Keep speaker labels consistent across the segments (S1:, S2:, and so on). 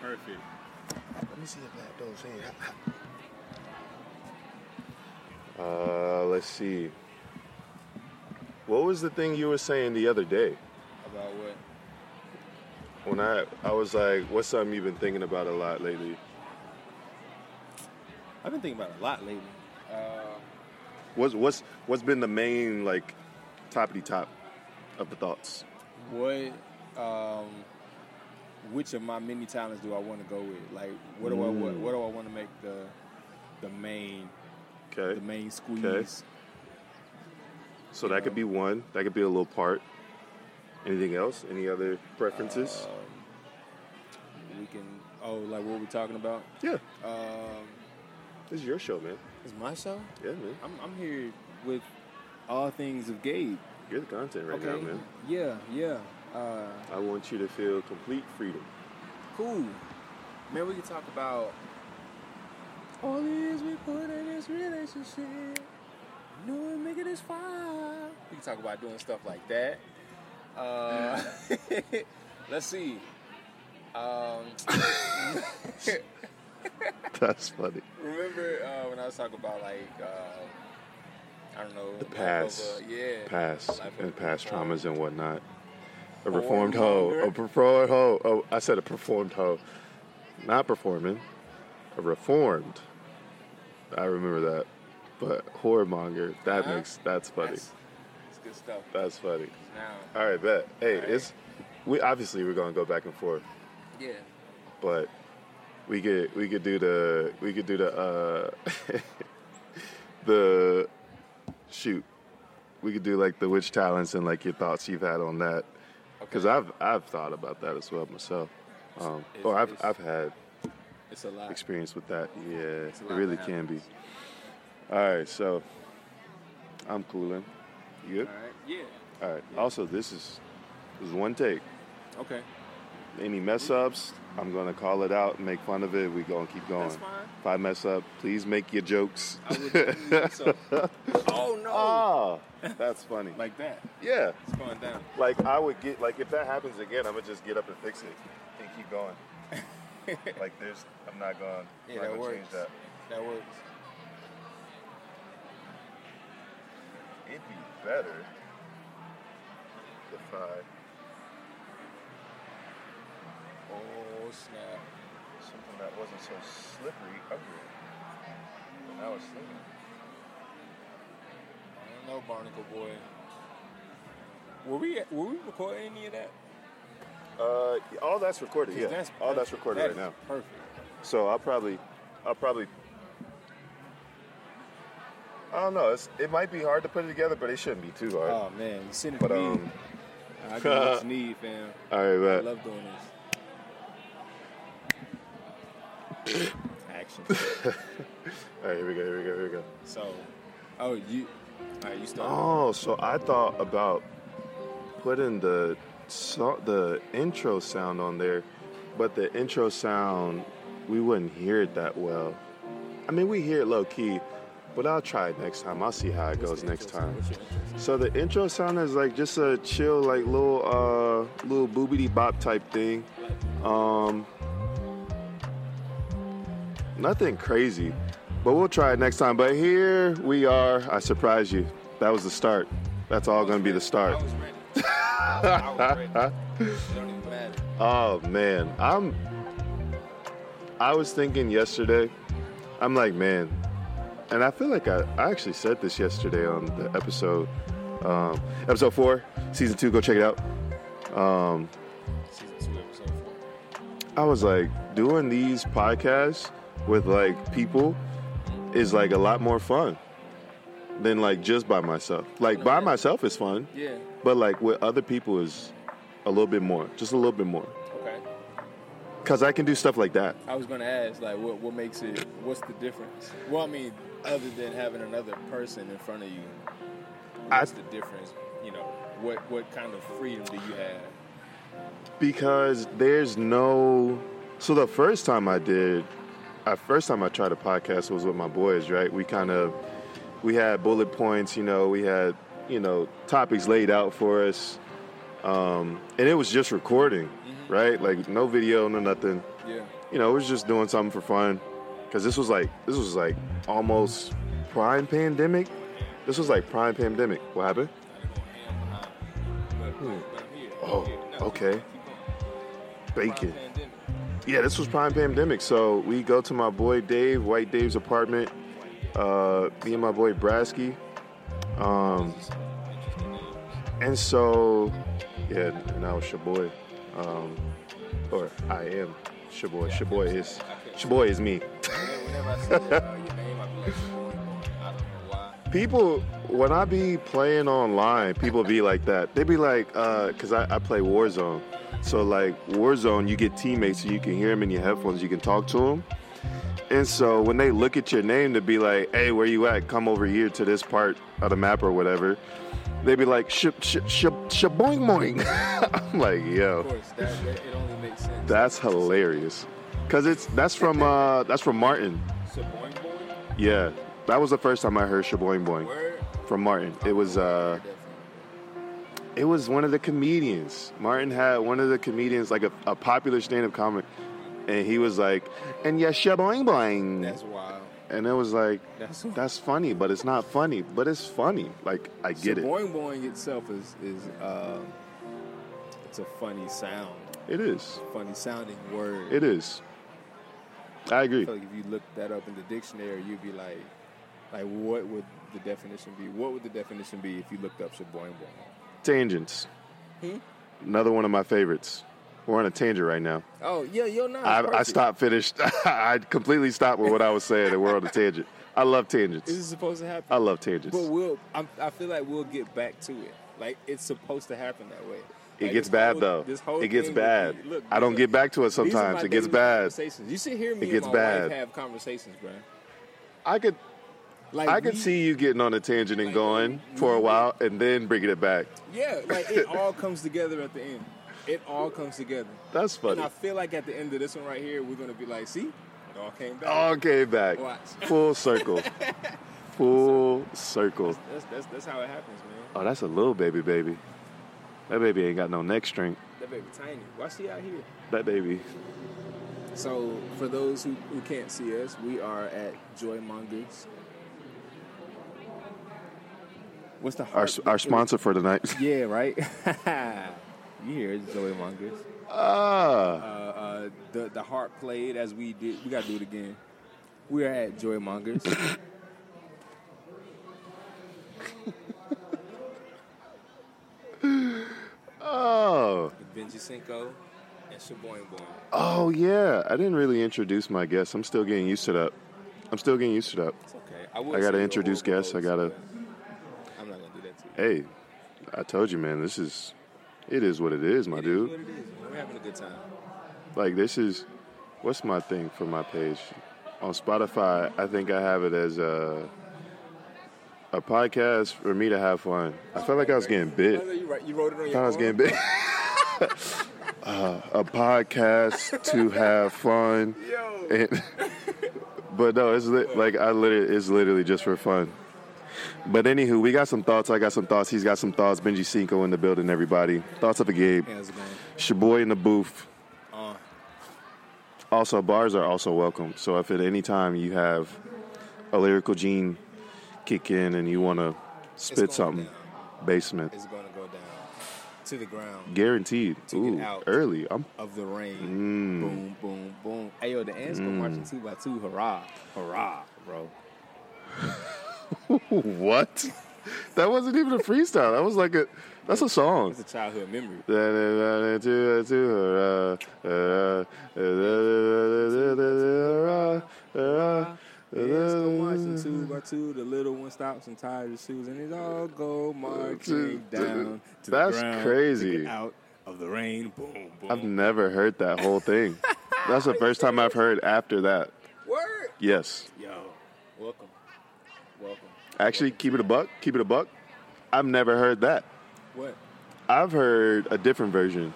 S1: Perfect.
S2: Let me see if that those here. How- how-
S3: Uh, let's see. What was the thing you were saying the other day?
S1: About what?
S3: When I I was like, what's something you've been thinking about a lot lately?
S1: I've been thinking about it a lot lately. Uh,
S3: What's what's what's been the main like toppity top of the thoughts?
S1: what um which of my many talents do I want to go with? Like what do I what, what do I want to make the the main
S3: Okay.
S1: the main squeeze?
S3: So that could be one. That could be a little part. Anything else? Any other preferences?
S1: Uh, We can oh like what we're talking about.
S3: yeah.
S1: Um,
S3: This is your show, man.
S1: it's my show.
S3: Yeah, man.
S1: I'm I'm here with all things of Gabe.
S3: You're the content right now, man.
S1: Yeah, yeah. Uh,
S3: I want you to feel complete freedom.
S1: cool. Man, we can talk about all these we put in this relationship. No one make it this far. We can talk about doing stuff like that. Uh, let's see. Um,
S3: That's funny.
S1: remember uh, when I was talking about like uh, I don't know the
S3: past,
S1: yeah,
S3: past,
S1: Life
S3: and
S1: of-
S3: past traumas and whatnot. A
S1: Or
S3: reformed hoe, a
S1: longer.
S3: performed hoe. Oh, I said a performed hoe, not performing, a reformed. I remember that, but whoremonger. That
S1: Huh?
S3: makes that's funny.
S1: That's, that's good stuff.
S3: That's funny.
S1: Now,
S3: All right, bet. Hey,
S1: All right.
S3: it's we obviously we're gonna go back and forth,
S1: yeah,
S3: but we could we could do the we could do the uh the shoot. We could do like the witch talents and like your thoughts you've had on that, because
S1: Okay.
S3: I've I've thought about that as well myself. Um,
S1: It's-
S3: or I've
S1: it's-
S3: I've had
S1: it's a lot.
S3: experience with that. Yeah, it
S1: a lot
S3: really
S1: that
S3: can be.
S1: happens.
S3: All right, so I'm cooling. You good?
S1: All right, yeah,
S3: All right. Also, this is this is one take.
S1: okay.
S3: Any mess ups, I'm gonna call it out and make fun of it. We gonna keep going.
S1: That's fine.
S3: If I mess up, please make your jokes.
S1: I would. so, oh no!
S3: Ah, that's funny.
S1: Like that.
S3: yeah,
S1: It's going down.
S3: like I would get like if that happens again, I'm gonna just get up and fix it and keep going. like there's, I'm not going.
S1: Yeah,
S3: not
S1: that
S3: gonna
S1: works.
S3: change that.
S1: That works.
S3: It'd be better if I.
S1: Oh snap!
S3: something that wasn't so slippery under it. But now it's slippery.
S1: I don't know, Barnacle Boy. Were we were we recording any of that?
S3: Uh, all that's recorded.
S1: 'Cause
S3: Yeah, all that's
S1: perfect.
S3: recorded
S1: That
S3: right
S1: is
S3: now.
S1: Perfect.
S3: So I'll probably, I'll probably. I don't know. It's, it might be hard to put it together, but it shouldn't be too hard.
S1: Oh man, you send it
S3: but
S1: to me.
S3: um,
S1: I got what you need, fam.
S3: all right,
S1: I
S3: but
S1: love doing this. Action.
S3: all right, here we go, here we go, here we go.
S1: So, oh you, all right, you start.
S3: Oh, so I thought about putting the so, the intro sound on there, but the intro sound we wouldn't hear it that well. I mean, we hear it low key, but I'll try it next time. I'll see how it
S1: What's
S3: goes
S1: the
S3: next
S1: intro sound?
S3: time.
S1: What's your intro sound?
S3: So the intro sound is like just a chill, like little uh little boobity bop type thing. Um nothing crazy. But we'll try it next time. But here we are. I surprised you. That was the start. That's all gonna be the start.
S1: I was ready. I was ready. It don't even matter.
S3: Oh man. I'm I was thinking yesterday, I'm like, man, and I feel like I, I actually said this yesterday on the episode um, episode four, season two, go check it out.
S1: Season two, episode four.
S3: I was like, doing these podcasts with like people is like a lot more fun than like just by myself. Like by myself is fun,
S1: Yeah.
S3: but like with other people is a little bit more, just a little bit more.
S1: Okay.
S3: Cause I can do stuff like that.
S1: I was gonna ask, like, what what makes it? What's the difference? Well, I mean, other than having another person in front of you,
S3: I-
S1: what's the difference? You know, what what kind of freedom do you have?
S3: because there's no so the first time i did uh first time i tried a podcast was with my boys right we kind of we had bullet points you know we had you know topics laid out for us um, and it was just recording right like no video no nothing
S1: Yeah.
S3: you know, we was just doing something for fun. Cause this was like this was like almost prime pandemic. This was like prime pandemic. What happened? Oh, okay. Bacon. Yeah, this was prime pandemic. So we go to my boy Dave, White Dave's apartment. Uh, me and my boy Brasky. Um, and so, yeah, and I was your boy. Um, or I am your boy. Your boy is your boy is me.
S1: Whenever I see uh, your name, I be like, "Shaboy," I don't know why.
S3: People, when I be playing online, people be like that. They be like, uh, cause I, I play Warzone. So like Warzone, you get teammates, so you can hear them in your headphones, you can talk to them. And so when they look at your name to be like, hey, where you at? Come over here to this part of the map or whatever. They be like, sh sh sh shaboing moing. I'm like, yo.
S1: Of course, that, that it only makes sense.
S3: That's hilarious. Cause it's that's from uh that's from Martin.
S1: So boing boing.
S3: Yeah. That was the first time I heard Shaboing Boing
S1: Word.
S3: from Martin. It was uh it was one of the comedians. Martin had one of the comedians, like a, a popular stand-up comic, and he was like, and yeah, Shaboing Boing.
S1: That's wild.
S3: And it was like
S1: That's
S3: that's funny, but it's not funny, but it's funny. Like I get
S1: so
S3: it.
S1: Boing boing itself is is um, it's a funny sound,
S3: It is.
S1: funny sounding word.
S3: It is. I
S1: I
S3: agree.
S1: feel like if you look that up in the dictionary, you'd be like, like what would the definition be? What would the definition be if you looked up shaboing boing?
S3: Tangents.
S1: Hmm?
S3: Another one of my favorites. We're on a tangent right now.
S1: Oh yeah, you're not.
S3: I, I
S1: perfect.
S3: stopped, finished. I completely stopped with what I was saying, and we're on a tangent. I love
S1: This
S3: tangents.
S1: is supposed to happen.
S3: I love tangents.
S1: But we'll, I'm, I feel like we'll get back to it. Like it's supposed to happen that way.
S3: It
S1: Like,
S3: gets
S1: this
S3: bad
S1: whole-
S3: though.
S1: This whole
S3: It gets
S1: thing with
S3: bad.
S1: me- look,
S3: I
S1: these
S3: don't
S1: are-
S3: get back to it
S1: these are
S3: sometimes.
S1: my
S3: It gets
S1: daily
S3: bad.
S1: Conversations. You should hear me.
S3: gets
S1: and my
S3: bad.
S1: Wife have conversations, bro.
S3: I could,
S1: Like
S3: I could
S1: we-
S3: see you getting on a tangent and
S1: like,
S3: going
S1: we-
S3: for a while, and then bringing it back.
S1: Yeah, like it all comes together at the end. It all comes together.
S3: That's
S1: And
S3: funny.
S1: I feel like at the end of this one right here, we're gonna be like, see, it all came back.
S3: Okay, back.
S1: Watch.
S3: Full circle. Full circle.
S1: That's, that's that's how it happens, man.
S3: Oh, that's a little baby, baby. That baby ain't got no neck strength.
S1: That baby tiny. Why she out here?
S3: That baby.
S1: So for those who, who can't see us, we are at Joy Mongoose. What's the
S3: Our,
S1: heart-
S3: our sponsor for tonight.
S1: Yeah, right. you hear it, Joy Mongoose.
S3: ah.
S1: Uh, uh, the the harp played as we did. We gotta do it again. We are at Joy Mongoose.
S3: Oh.
S1: Benji Cinco and Shaboyne Boy.
S3: Oh yeah, I didn't really introduce my guests. I'm still getting used to that. I'm still getting used to that.
S1: It's okay. I, will
S3: I gotta
S1: say you're a
S3: introduce
S1: horrible
S3: guests. I
S1: host,
S3: gotta-
S1: but I'm not gonna do that to you.
S3: Hey, I told you, man. This is, it is what it is, my
S1: It is
S3: dude.
S1: what it is, man. We're having a good time.
S3: Like this is, what's my thing for my page on Spotify? I think I have it as a, a podcast for me to have fun. I felt like I was getting
S1: No,
S3: bit.
S1: no, you right. You wrote it on your.
S3: I was
S1: phone.
S3: getting bit. uh, a podcast to have fun.
S1: Yo.
S3: And, but no, it's li- like I literally, it's literally just for fun. But anywho, we got some thoughts. I got some thoughts. He's got some thoughts. Benji Cinco in the building. Everybody, thoughts of a Gabe.
S1: How's it going?
S3: Shaboy in the booth.
S1: Uh,
S3: Also, bars are also welcome. So if at any time you have a lyrical gene kick in and you want to
S1: going
S3: spit something,
S1: down.
S3: basement
S1: it's gonna go down to the ground
S3: guaranteed.
S1: To get
S3: Ooh,
S1: out.
S3: early. I'm
S1: of the
S3: Mm.
S1: rain. Boom, boom, boom. Hey yo, the ants go marching two by two. Hurrah, hurrah, bro.
S3: what? that wasn't even a freestyle. That was like a. That's a song.
S1: It's a childhood memory. Ants go marching two
S3: That's
S1: by two. The little one stops and ties his shoes, and it all go marching down to
S3: That's
S1: the ground.
S3: crazy.
S1: To get out of the rain. Boom, boom.
S3: I've never heard that whole thing. That's the first time I've heard after that.
S1: Word.
S3: Yes.
S1: Yo, welcome, welcome.
S3: Actually, keep it a buck. Keep it a buck. I've never heard that.
S1: What?
S3: I've heard a different version.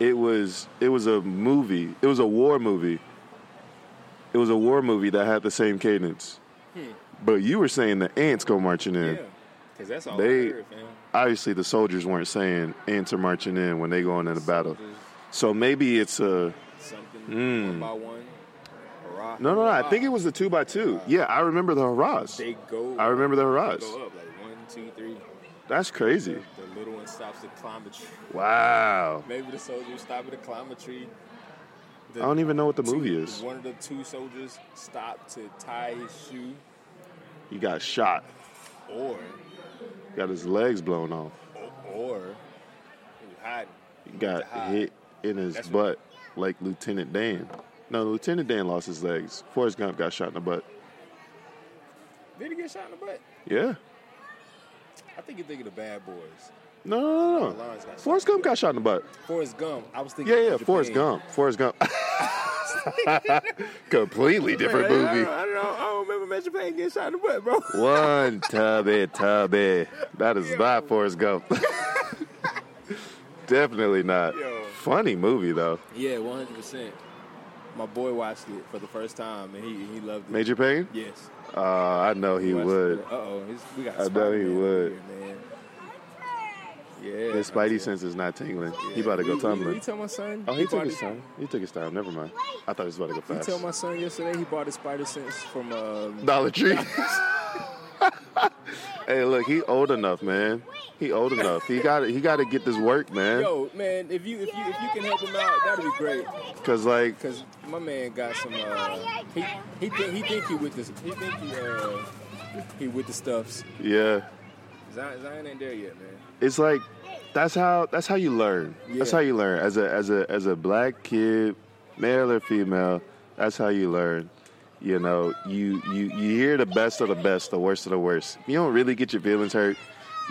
S3: It was it was a movie. It was a war movie. It was a war movie that had the same cadence. But you were saying the ants go marching in.
S1: Yeah, because that's all
S3: They-
S1: I heard, fam.
S3: Obviously, the soldiers weren't saying ants are marching in when they going into battle.
S1: Just
S3: So maybe it's a
S1: something one by one. Hurrah,
S3: Mm. No, no, no. I
S1: hurrah.
S3: think it was the two by two. Yeah, I remember the hurrahs.
S1: They go.
S3: I remember the hurrahs.
S1: They go up like one, two, three.
S3: That's
S1: The,
S3: crazy.
S1: the little one stops to climb a tree.
S3: Wow.
S1: Maybe the soldiers stop at to climb a tree.
S3: I don't even know what the movie is.
S1: One of the two soldiers stopped to tie his shoe,
S3: He got shot.
S1: or
S3: Got his legs blown off.
S1: or he was hiding.
S3: He got hit in his
S1: That's
S3: butt like Lieutenant Dan. No, Lieutenant Dan lost his legs. Forrest Gump got shot in the butt.
S1: Did he get shot in the butt?
S3: Yeah.
S1: I think you're thinking of Bad Boys.
S3: No, no, no, no.
S1: Lions got shot
S3: Forrest
S1: in the
S3: Gump got shot in the butt.
S1: Forrest Gump. I was thinking.
S3: Yeah,
S1: of
S3: yeah.
S1: Japan.
S3: Forrest Gump. Forrest Gump. Completely different
S1: I
S3: movie.
S1: don't, I don't know. I don't remember Major Payne getting shot in the butt, bro.
S3: One tubby tubby. That is not Forrest Gump. Definitely not.
S1: Yo.
S3: Funny movie though.
S1: Yeah, one hundred percent. My boy watched it for the first time and he he loved it.
S3: Major Payne?
S1: Yes.
S3: Uh, I know he would.
S1: Uh oh, we got.
S3: I know
S1: Spider-Man
S3: he would.
S1: over Here, man. Yeah.
S3: His Spidey sense is not tingling. He about to go
S1: You- You,
S3: tumbling.
S1: you tell my son.
S3: Oh, he took
S1: bought
S3: his time. He took his time. Never mind. I thought he was about to go
S1: You
S3: fast.
S1: tell my son yesterday he bought his spider sense from um,
S3: Dollar Tree. hey, look, he old enough, man. He old enough. He got he got to get this work, man.
S1: Yo, man, if you if you if you can help him out, that'd be great.
S3: Cause like,
S1: Cause my man got some. Uh, he he think he think he with this. He think he uh, he with the stuffs.
S3: yeah,
S1: Zion, Zion ain't there yet, man.
S3: it's like that's how that's how you learn. That's
S1: Yeah.
S3: how you learn as a as a as a black kid, male or female. That's how you learn. You know, you you you hear the best of the best, the worst of the worst. You don't really get your feelings hurt.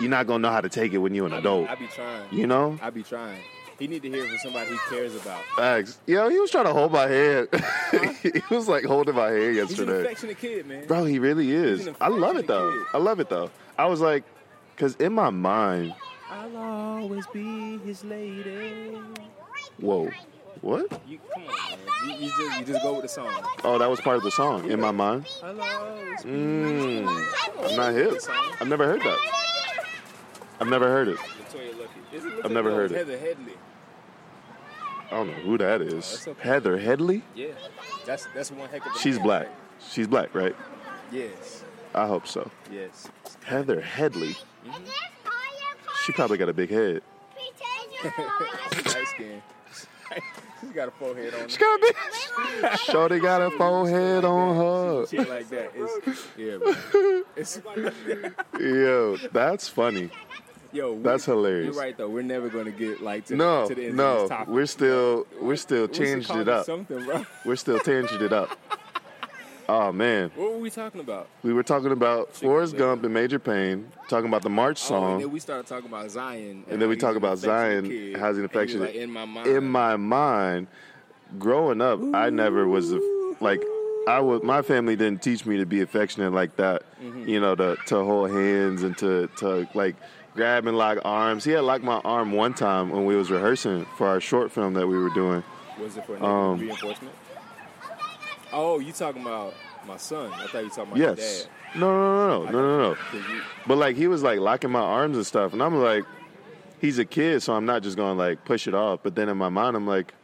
S3: You're not gonna know how to take it when you're an adult.
S1: I be trying.
S3: You know,
S1: I be trying. He need to hear from somebody he cares about.
S3: facts. Yo, he was trying to hold my hand. he was like holding my hand
S1: He's an
S3: yesterday.
S1: affectionate kid, man.
S3: Bro, he really is.
S1: an
S3: I love it though.
S1: affectionate kid.
S3: I love it though. I was like, because in my mind,
S1: I'll always be his lady.
S3: whoa, what?
S1: You come on, man. You, you just you just go with the song.
S3: Oh, that was part of the song. In my mind,
S1: I'll always be.
S3: mm, I'm not hip. I've never heard that. I've never heard it.
S1: Latoya Lucky. Is it Latoya?
S3: I've never
S1: No,
S3: heard
S1: it's
S3: it.
S1: Heather Headley.
S3: I don't know who that is.
S1: that's okay.
S3: Heather Headley.
S1: Yeah, that's that's one heck of a.
S3: She's
S1: name,
S3: black.
S1: right?
S3: She's black, right?
S1: Yes,
S3: I hope so.
S1: yes.
S3: Heather Headley. She probably got a big head.
S1: She's light skinned. She's got a forehead on.
S3: She got a big. Shorty got a forehead on her.
S1: Shit like that. It's, yeah, bro. It's,
S3: Yo, that's funny.
S1: yo, we-
S3: That's hilarious.
S1: You're right though. We're never gonna get like to
S3: No,
S1: to the end of
S3: no,
S1: this topic.
S3: we're still we're still
S1: We should
S3: changed
S1: call
S3: it
S1: this
S3: up.
S1: Something, bro.
S3: We're still changed it up. Oh man,
S1: What were we talking about?
S3: we were talking about Forrest
S1: Chicken
S3: Gump and Major Payne, talking about the March
S1: Oh,
S3: song.
S1: and then we started talking about Zion.
S3: And then we
S1: how
S3: talk
S1: he's an
S3: about
S1: affectionate
S3: Zion,
S1: kid.
S3: how he's an
S1: And you're
S3: affectionate-
S1: Like, in my mind.
S3: in my mind, growing up, I never was a, like I was. My family didn't teach me to be affectionate like that. You know, to to hold hands and to to like grab and lock arms. He had locked my arm one time when we was rehearsing for our short film that we were doing.
S1: Was it for negative
S3: Um,
S1: reinforcement? Oh, you talking about my son? I thought you talking about
S3: Yes. No, no, no, no, no, no, no.
S1: your dad. 'Cause you-
S3: But like he was like locking my arms and stuff, and I'm like, he's a kid, so I'm not just gonna like push it off. But then in my mind, I'm like,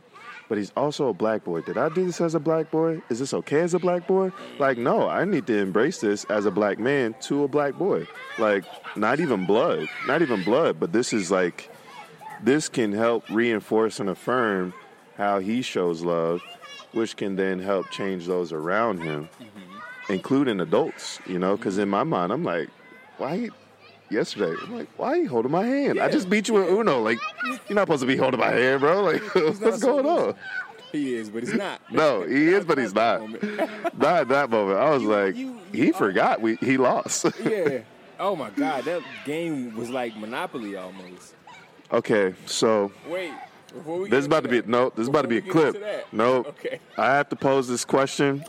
S3: but he's also a black boy. Did I do this as a black boy? Is this okay as a black boy? Like, no, I need to embrace this as a black man to a black boy. Like, not even blood, not even blood, but this is like, this can help reinforce and affirm how he shows love, which can then help change those around him
S1: Mm-hmm.
S3: including adults, you know, because in my mind, I'm like, why? Yesterday, I'm like, why are you holding my hand? I just beat you in Uno. Like, you're not supposed to be holding my hand, bro. Like, what's going on?
S1: He is, but he's not.
S3: No, he is, but he's not.
S1: Moment.
S3: Not at that moment. I was like,
S1: you-
S3: he forgot we he lost.
S1: yeah. Oh my God, that game was like Monopoly almost.
S3: okay, so
S1: Wait, before we.
S3: this is
S1: get
S3: about to
S1: into
S3: be
S1: that-
S3: no. This is about to be a
S1: before we get
S3: clip.
S1: into that-
S3: Nope.
S1: Okay.
S3: I have to pose this question.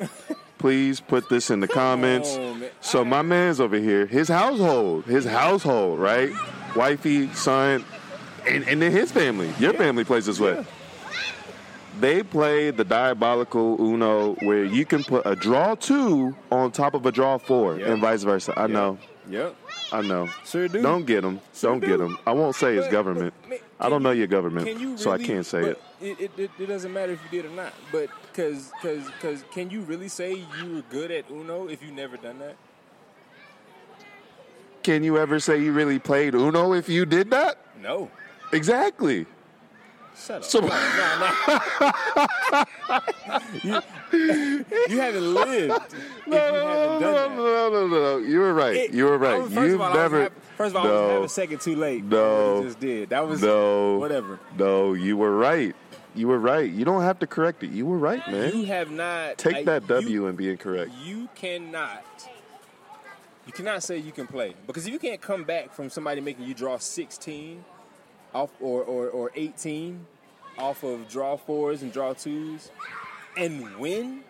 S3: Please put this in the comments.
S1: on, man. Mm-hmm.
S3: So my man's over here. His household. His household. Right. Wifey, son, and and then his family. Your family plays this way. They play the diabolical Uno where you can put a draw two on top of a draw four
S1: Yeah.
S3: and vice versa. I know.
S1: Yep.
S3: I know.
S1: Sure do.
S3: Don't get them.
S1: Sure
S3: Don't get
S1: do.
S3: them. I won't say it's
S1: But-
S3: government.
S1: but, man,
S3: I don't
S1: can
S3: know
S1: you-
S3: your government,
S1: Can you really,
S3: so I can't say it.
S1: but It, it, it, it doesn't matter if you did or not, but because cause, cause can you really say you were good at Uno if you never done that?
S3: Can you ever say you really played Uno if you did that?
S1: No.
S3: Exactly.
S1: Shut up.
S3: So-
S1: no, no, no. you, you haven't lived. if you haven't done that.
S3: no, no, no, no. You were right.
S1: It-
S3: you were right.
S1: I was- first
S3: You've
S1: of all, I
S3: never.
S1: was, hap- first of all, I was
S3: no,
S1: half a second too late. with
S3: No.
S1: what you just did. That was
S3: no,
S1: whatever.
S3: No, you were right. You were right. You don't have to correct it. You were right, man.
S1: You have not
S3: Take
S1: like,
S3: that W
S1: you-
S3: and be incorrect.
S1: you cannot you cannot say you can play because if you can't come back from somebody making you draw 16 off or, or, or 18 off of draw fours and draw twos and win you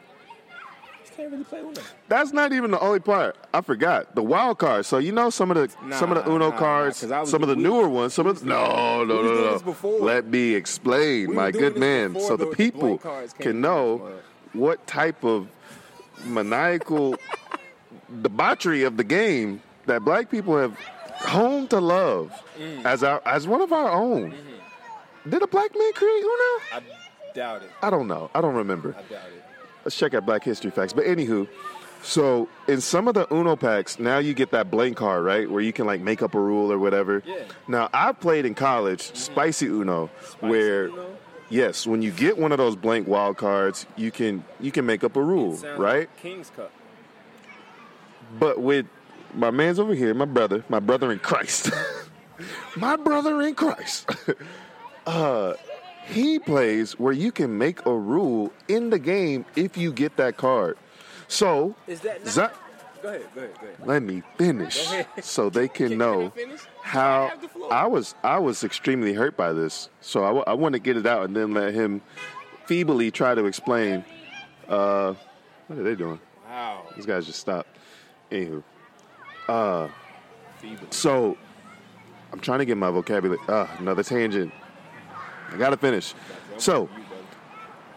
S1: can't really play Uno.
S3: That's not even the only part. I forgot the wild card. So you know some of the
S1: Nah,
S3: some of the Uno
S1: nah,
S3: cards,
S1: 'cause I was-
S3: some of the
S1: we-
S3: newer ones. Some of no, no,
S1: was
S3: no,
S1: doing
S3: no.
S1: this before.
S3: Let me explain,
S1: We
S3: my
S1: were doing
S3: good
S1: this
S3: man.
S1: before
S3: So the
S1: the- the
S3: people
S1: blank cards came
S3: can
S1: out,
S3: know
S1: bro.
S3: what type of maniacal debauchery of the game that black people have honed to love
S1: Mm.
S3: as our as one of our own.
S1: Mm-hmm.
S3: Did a black man create Uno?
S1: i doubt it
S3: I don't know. I don't remember.
S1: i doubt it
S3: Let's check out Black History Facts. But anywho, so in some of the Uno packs, now you get that blank card, right? Where you can like make up a rule or whatever.
S1: Yeah.
S3: Now I played in college Spicy Uno, where
S1: Uno?
S3: yes, when you get one of those blank wild cards, you can you can make up a rule,
S1: Sounds
S3: right?
S1: like king's cup
S3: But with my man's over here, my brother, my brother in Christ, my brother in Christ. uh, he plays where you can make a rule in the game if you get that card. So
S1: is that not
S3: Za-
S1: go ahead go ahead go ahead
S3: let me finish
S1: ahead.
S3: so they can
S1: Can-
S3: know
S1: can I finish?
S3: how
S1: I have the floor.
S3: I was. I was extremely hurt by this, so I, want to get it out and then let him feebly try to explain. Uh, what are they doing?
S1: wow
S3: These guys just stopped. Anywho.
S1: feeble
S3: So, I'm trying to get my vocabulary. Uh, another tangent. I gotta finish. So,
S1: You,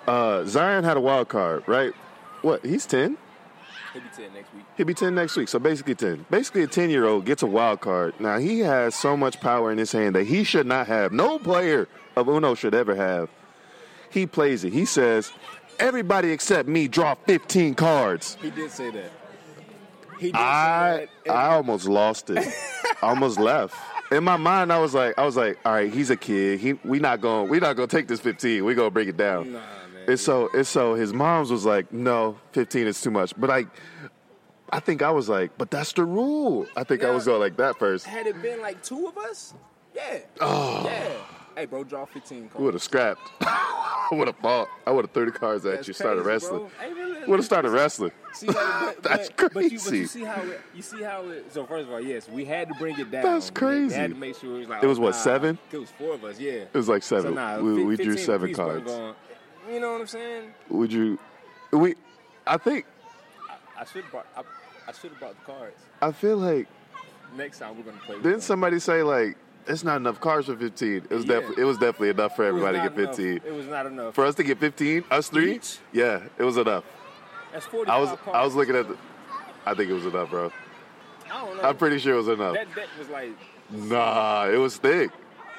S1: brother.
S3: uh, Zion had a wild card, right? What? He's ten.
S1: he'll be 10 next week
S3: He'll be ten next week. So basically ten. Basically, a ten-year-old gets a wild card. Now he has so much power in his hand that he should not have. No player of Uno should ever have. He plays it. He says, "Everybody except me draw 15 cards."
S1: he did say that he did
S3: I
S1: say that.
S3: I almost lost it. I almost left. In my mind, I was like, I was like, all right, he's a kid. He we not going we not gonna take this fifteen. We gonna break it down.
S1: Nah, man.
S3: And so and so his mom's was like, no, fifteen is too much. But I I think I was like, but that's the rule. I think I
S1: Now-
S3: was going like that first.
S1: Had it been like two of us, yeah.
S3: Oh.
S1: Yeah. Hey, bro, draw 15
S3: We would
S1: cards.
S3: have scrapped. I would have fought. I would have thirty cards at
S1: That's
S3: you. Started
S1: crazy, bro.
S3: wrestling.
S1: Hey, really?
S3: Would have started wrestling.
S1: See, like, but,
S3: That's
S1: but, But you, but
S3: crazy.
S1: you see how it, you see how it. So first of all, yes, we had to bring it down.
S3: That's
S1: We had
S3: crazy.
S1: to make sure it was like
S3: It was
S1: oh,
S3: what,
S1: nah.
S3: seven?
S1: It was four of us. Yeah.
S3: It was like
S1: so
S3: seven.
S1: nah,
S3: we,
S1: fif-
S3: we drew
S1: 15
S3: seven
S1: apiece wasn't
S3: cards.
S1: going- you know what I'm saying?
S3: Would you? We? I think.
S1: I should brought. I, I should have brought the cards.
S3: I feel like
S1: Next time we're gonna play. with
S3: Didn't
S1: them.
S3: somebody say like it's not enough cars for 15? It was
S1: Yeah.
S3: definitely it was definitely enough for
S1: It was
S3: everybody to
S1: not
S3: get 15.
S1: Enough. It was not enough.
S3: For us to get 15, us three,
S1: Each?
S3: yeah, it was enough.
S1: That's 45
S3: I was
S1: cards.
S3: I was looking at the. I think it was enough, bro.
S1: I don't know.
S3: I'm pretty sure it was enough.
S1: that deck was like.
S3: Nah, it was thick.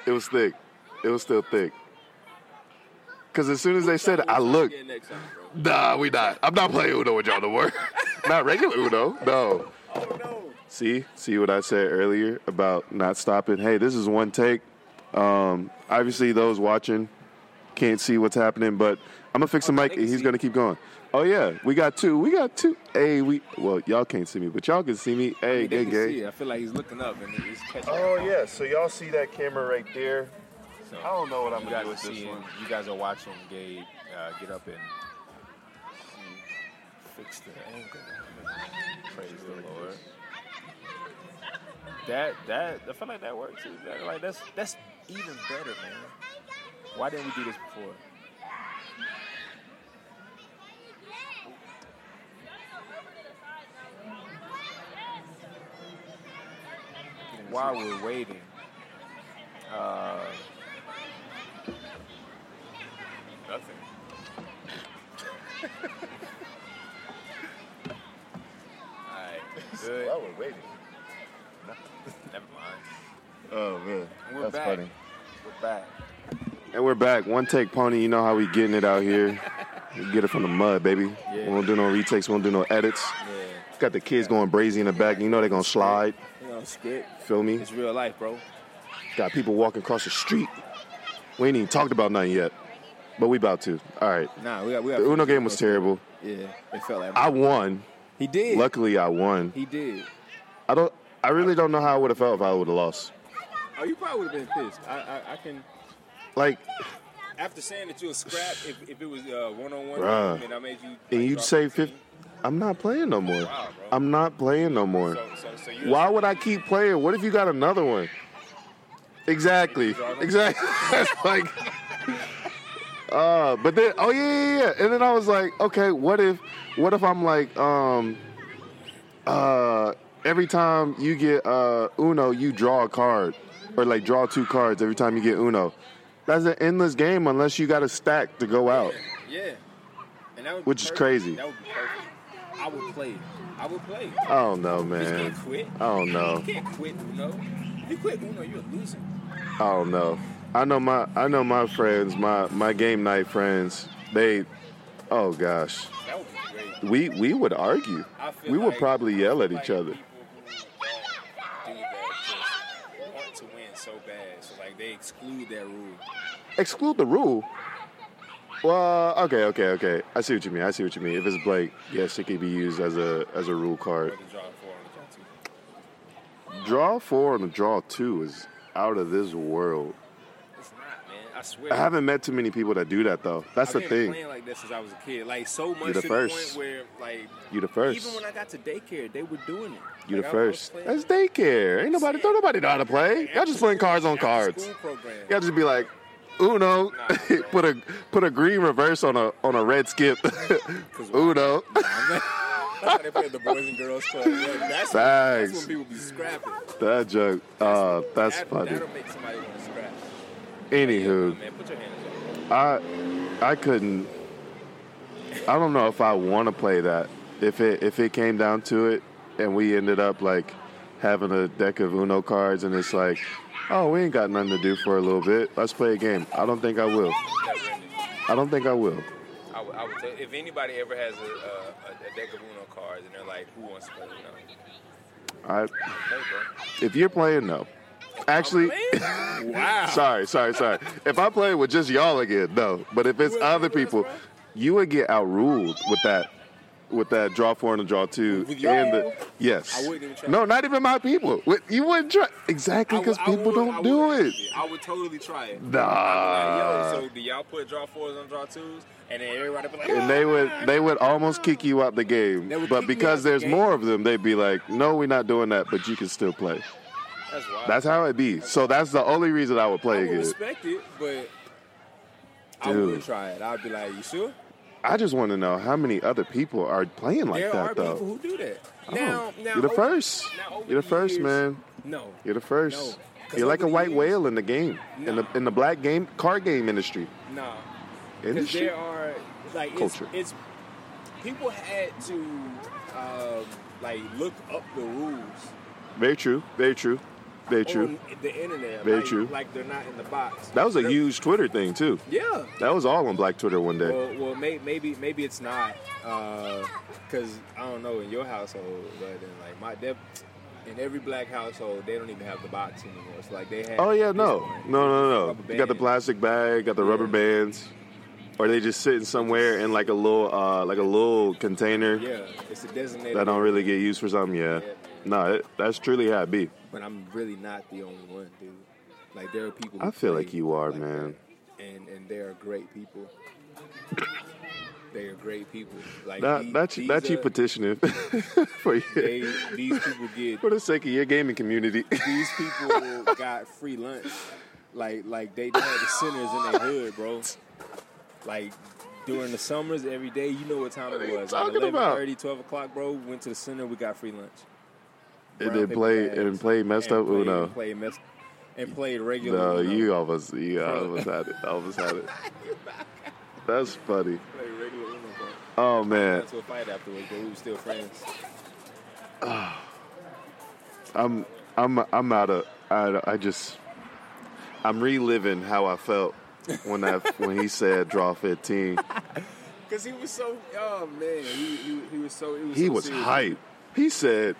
S3: It was thick. It was still thick. Cause as soon as they said it, I looked.
S1: Yeah, next time, bro.
S3: Nah, we not. I'm not playing Uno with y'all no more. not regular Uno. No.
S1: Oh no.
S3: See, see what I said earlier about not stopping. Hey, this is one take. Um, obviously, those watching can't see what's happening, but I'm gonna fix the
S1: Okay,
S3: mic
S1: they
S3: and
S1: can
S3: he's
S1: see.
S3: gonna keep going. Oh yeah, we got two. We got two. Hey, we well, y'all can't see me, but y'all can see me. Hey, gang,
S1: They can see
S3: gang.
S1: it. I feel like he's looking up and he's catching.
S3: Oh yeah, so y'all see that camera right there.
S1: So,
S3: I don't know what I'm
S1: you
S3: gonna
S1: guys
S3: do
S1: are
S3: with this
S1: seeing.
S3: one.
S1: You guys are watching Gabe uh, get up and fix the angle. Praise the Lord. That that I feel like that works. too. That- Like that's that's even better, man. Why didn't we do this before? While we're waiting, uh, nothing. All right, good.
S3: we're waiting. Oh,
S1: back.
S3: And we're back. One take pony. You know how we getting it out here. We get it from the mud, baby.
S1: Yeah.
S3: We won't do no retakes. We won't do no edits.
S1: Yeah.
S3: Got the kids going brazy in the back. You know they're gonna slide.
S1: You know, script.
S3: Feel me?
S1: It's real life, bro.
S3: Got people walking across the street. We ain't even talked about nothing yet, but we about to. All right.
S1: Nah, we got we got.
S3: The Uno game was terrible.
S1: Yeah, it felt like
S3: I won.
S1: he did.
S3: Luckily, I won.
S1: he did.
S3: I don't. I really don't know how I would have felt if I would have lost.
S1: Oh, you probably would have been pissed. I, I I can.
S3: Like,
S1: After saying that you a scrap, if, if it was one on one,
S3: Bruh.
S1: and I made you.
S3: and
S1: like,
S3: you'd
S1: drop
S3: say,
S1: 15.
S3: fif- "I'm not playing no more.
S1: Wow, bro.
S3: I'm not playing no more."
S1: So, so, so you
S3: Why would I keep playing? What if you got another one? Exactly. Exactly. That's like. Uh, but then, oh yeah, yeah, yeah. And then I was like, okay, what if, what if I'm like, um, uh, every time you get uh Uno, you draw a card, or like draw two cards every time you get Uno. That's an endless game unless you got a stack to go out.
S1: Yeah. And that would be
S3: Which is
S1: perfect.
S3: crazy.
S1: That would be perfect. I would play. I would play.
S3: I don't know,
S1: You
S3: man. Oh.
S1: can't quit.
S3: I don't know.
S1: You can't quit Uno. If you quit Uno, you're a loser.
S3: I don't know. I know my I know my friends, my my game night friends. They, oh gosh,
S1: That would be
S3: we
S1: great.
S3: we would argue.
S1: I feel
S3: We would
S1: like-
S3: probably yell
S1: I
S3: at
S1: feel
S3: each
S1: like
S3: other.
S1: people who, uh, do that just want to win so bad, so like they exclude that rule.
S3: Exclude the rule. Well, okay, okay, okay. I see what you mean. I see what you mean. If it's Blake, yes, it could be used as a as a rule card.
S1: Whether draw four or draw two.
S3: Draw four and draw two is out of this world.
S1: It's not, man. I swear.
S3: I haven't met too many people that do that though. That's
S1: I've
S3: the
S1: been
S3: thing.
S1: playing like that since I was a kid. Like so much
S3: You're the
S1: to
S3: first.
S1: the point where like
S3: You the first.
S1: even when I got to daycare, they were doing it.
S3: You the
S1: Like, I was
S3: first.
S1: playing-
S3: That's daycare. Ain't nobody, don't nobody know how to play. Y'all just playing cards on
S1: after
S3: cards.
S1: School program.
S3: Y'all just be like, Uno,
S1: Nah, bro.
S3: put a put a green reverse on a on a red skip. Uno,
S1: That's how they play at the boys and girls club. Like, that's, when, that's
S3: Facts.
S1: when people be scrapping.
S3: that joke. Uh, that's
S1: that,
S3: funny.
S1: That'll make somebody want to scrap.
S3: Anywho,
S1: Man, put your hands up.
S3: I I couldn't. I don't know if I want to play that. If it if it came down to it, and we ended up like having a deck of Uno cards, and it's like, oh, we ain't got nothing to do for a little bit. Let's play a game. I don't think I will.
S1: That's random.
S3: I don't think I will.
S1: I would, I would tell, if anybody ever has a, a, a deck of Uno cards and they're like, who wants to play Uno?
S3: I
S1: Hey,
S3: if you're playing, no. Actually,
S1: bro. wow.
S3: sorry, sorry, sorry. If I play with just y'all again, no. But if it's
S1: Who else-
S3: other
S1: who else,
S3: people,
S1: bro?
S3: you would get outruled with that, with that draw four and a draw two,
S1: With y'all?
S3: and the yes.
S1: I wouldn't even try.
S3: No, not even my people. With- You wouldn't try exactly because
S1: I would-
S3: people
S1: I
S3: don't
S1: would-
S3: do it. Uh,
S1: I would totally try it.
S3: Nah.
S1: Like, yo, so do y'all put draw fours on draw twos? And then everybody be like,
S3: and they would they would almost kick you out the game,
S1: They would
S3: but
S1: kick me
S3: because
S1: out the
S3: there's
S1: game.
S3: more of them, they'd be like, "No, we're not doing that," but you can still play.
S1: "Ah, that's wild.
S3: That's how it be. So that's the only reason I would
S1: I
S3: play
S1: would
S3: again.
S1: respect it, but I
S3: Dude.
S1: would try it. I'd be like, you sure?
S3: I just want to know how many other people are playing like
S1: there
S3: that
S1: are
S3: though.
S1: people who do that.
S3: Oh,
S1: Now, now
S3: you're the
S1: over-
S3: first.
S1: now over
S3: You're the
S1: the
S3: first,
S1: years-
S3: man.
S1: No.
S3: You're the first.
S1: No, 'cause
S3: You're like a
S1: over the
S3: white
S1: years-
S3: whale in the game, in the
S1: Nah.
S3: in the black game card game industry.
S1: Nah. Because
S3: Industry.
S1: there are like it's,
S3: Culture.
S1: it's people had to um, like look up the rules
S3: Very true. Very true. Very true.
S1: on the internet.
S3: Very
S1: like,
S3: true.
S1: Like they're not in the box.
S3: That was a
S1: They're-
S3: huge Twitter thing too.
S1: Yeah.
S3: That was all on Black Twitter one day.
S1: Well, well, may, maybe maybe it's not because I don't know in your household, but in like my dep in every black household, they don't even have the box anymore. So like they have.
S3: oh yeah, no,
S1: this one.
S3: no, no,
S1: Rubber
S3: no. You got the
S1: band.
S3: plastic bag, got the
S1: Yeah.
S3: rubber bands, or they just sitting somewhere in like a little uh, like a little container
S1: Yeah, it's a designated.
S3: that don't really get used for something. Yeah.
S1: Yeah.
S3: No, it, that's truly how it be.
S1: But I'm really not the only one, dude. Like there are people. Who
S3: I feel
S1: play
S3: like you are,
S1: like
S3: man.
S1: that. And and they are great people. they are great people. Like the-
S3: Not, not, you,
S1: these
S3: not you
S1: are-
S3: petitioning for your,
S1: They, these people get
S3: for the sake of your gaming community.
S1: these people got free lunch. Like like they had the centers in their hood, bro. Like during the summers every day, you know what time
S3: What are
S1: it
S3: you
S1: was.
S3: talking
S1: like 11,
S3: about?
S1: 12 o'clock, bro. Went to the center, we got free lunch.
S3: and
S1: Brown
S3: then
S1: paper
S3: play
S1: bags.
S3: and play messed
S1: And
S3: up
S1: played-
S3: Uno.
S1: Played messed and played regular.
S3: No,
S1: Uno.
S3: you almost you almost had it. Almost had it. That's funny.
S1: played regular Uno, bro.
S3: Oh man,
S1: Got into a fight afterwards, but we were still friends.
S3: I'm I'm I'm out of I I just I'm reliving how I felt when I when he said draw 15.
S1: Cause he was so, oh man, he, he, he was so, was
S3: He
S1: so
S3: was
S1: serious.
S3: hype. He said,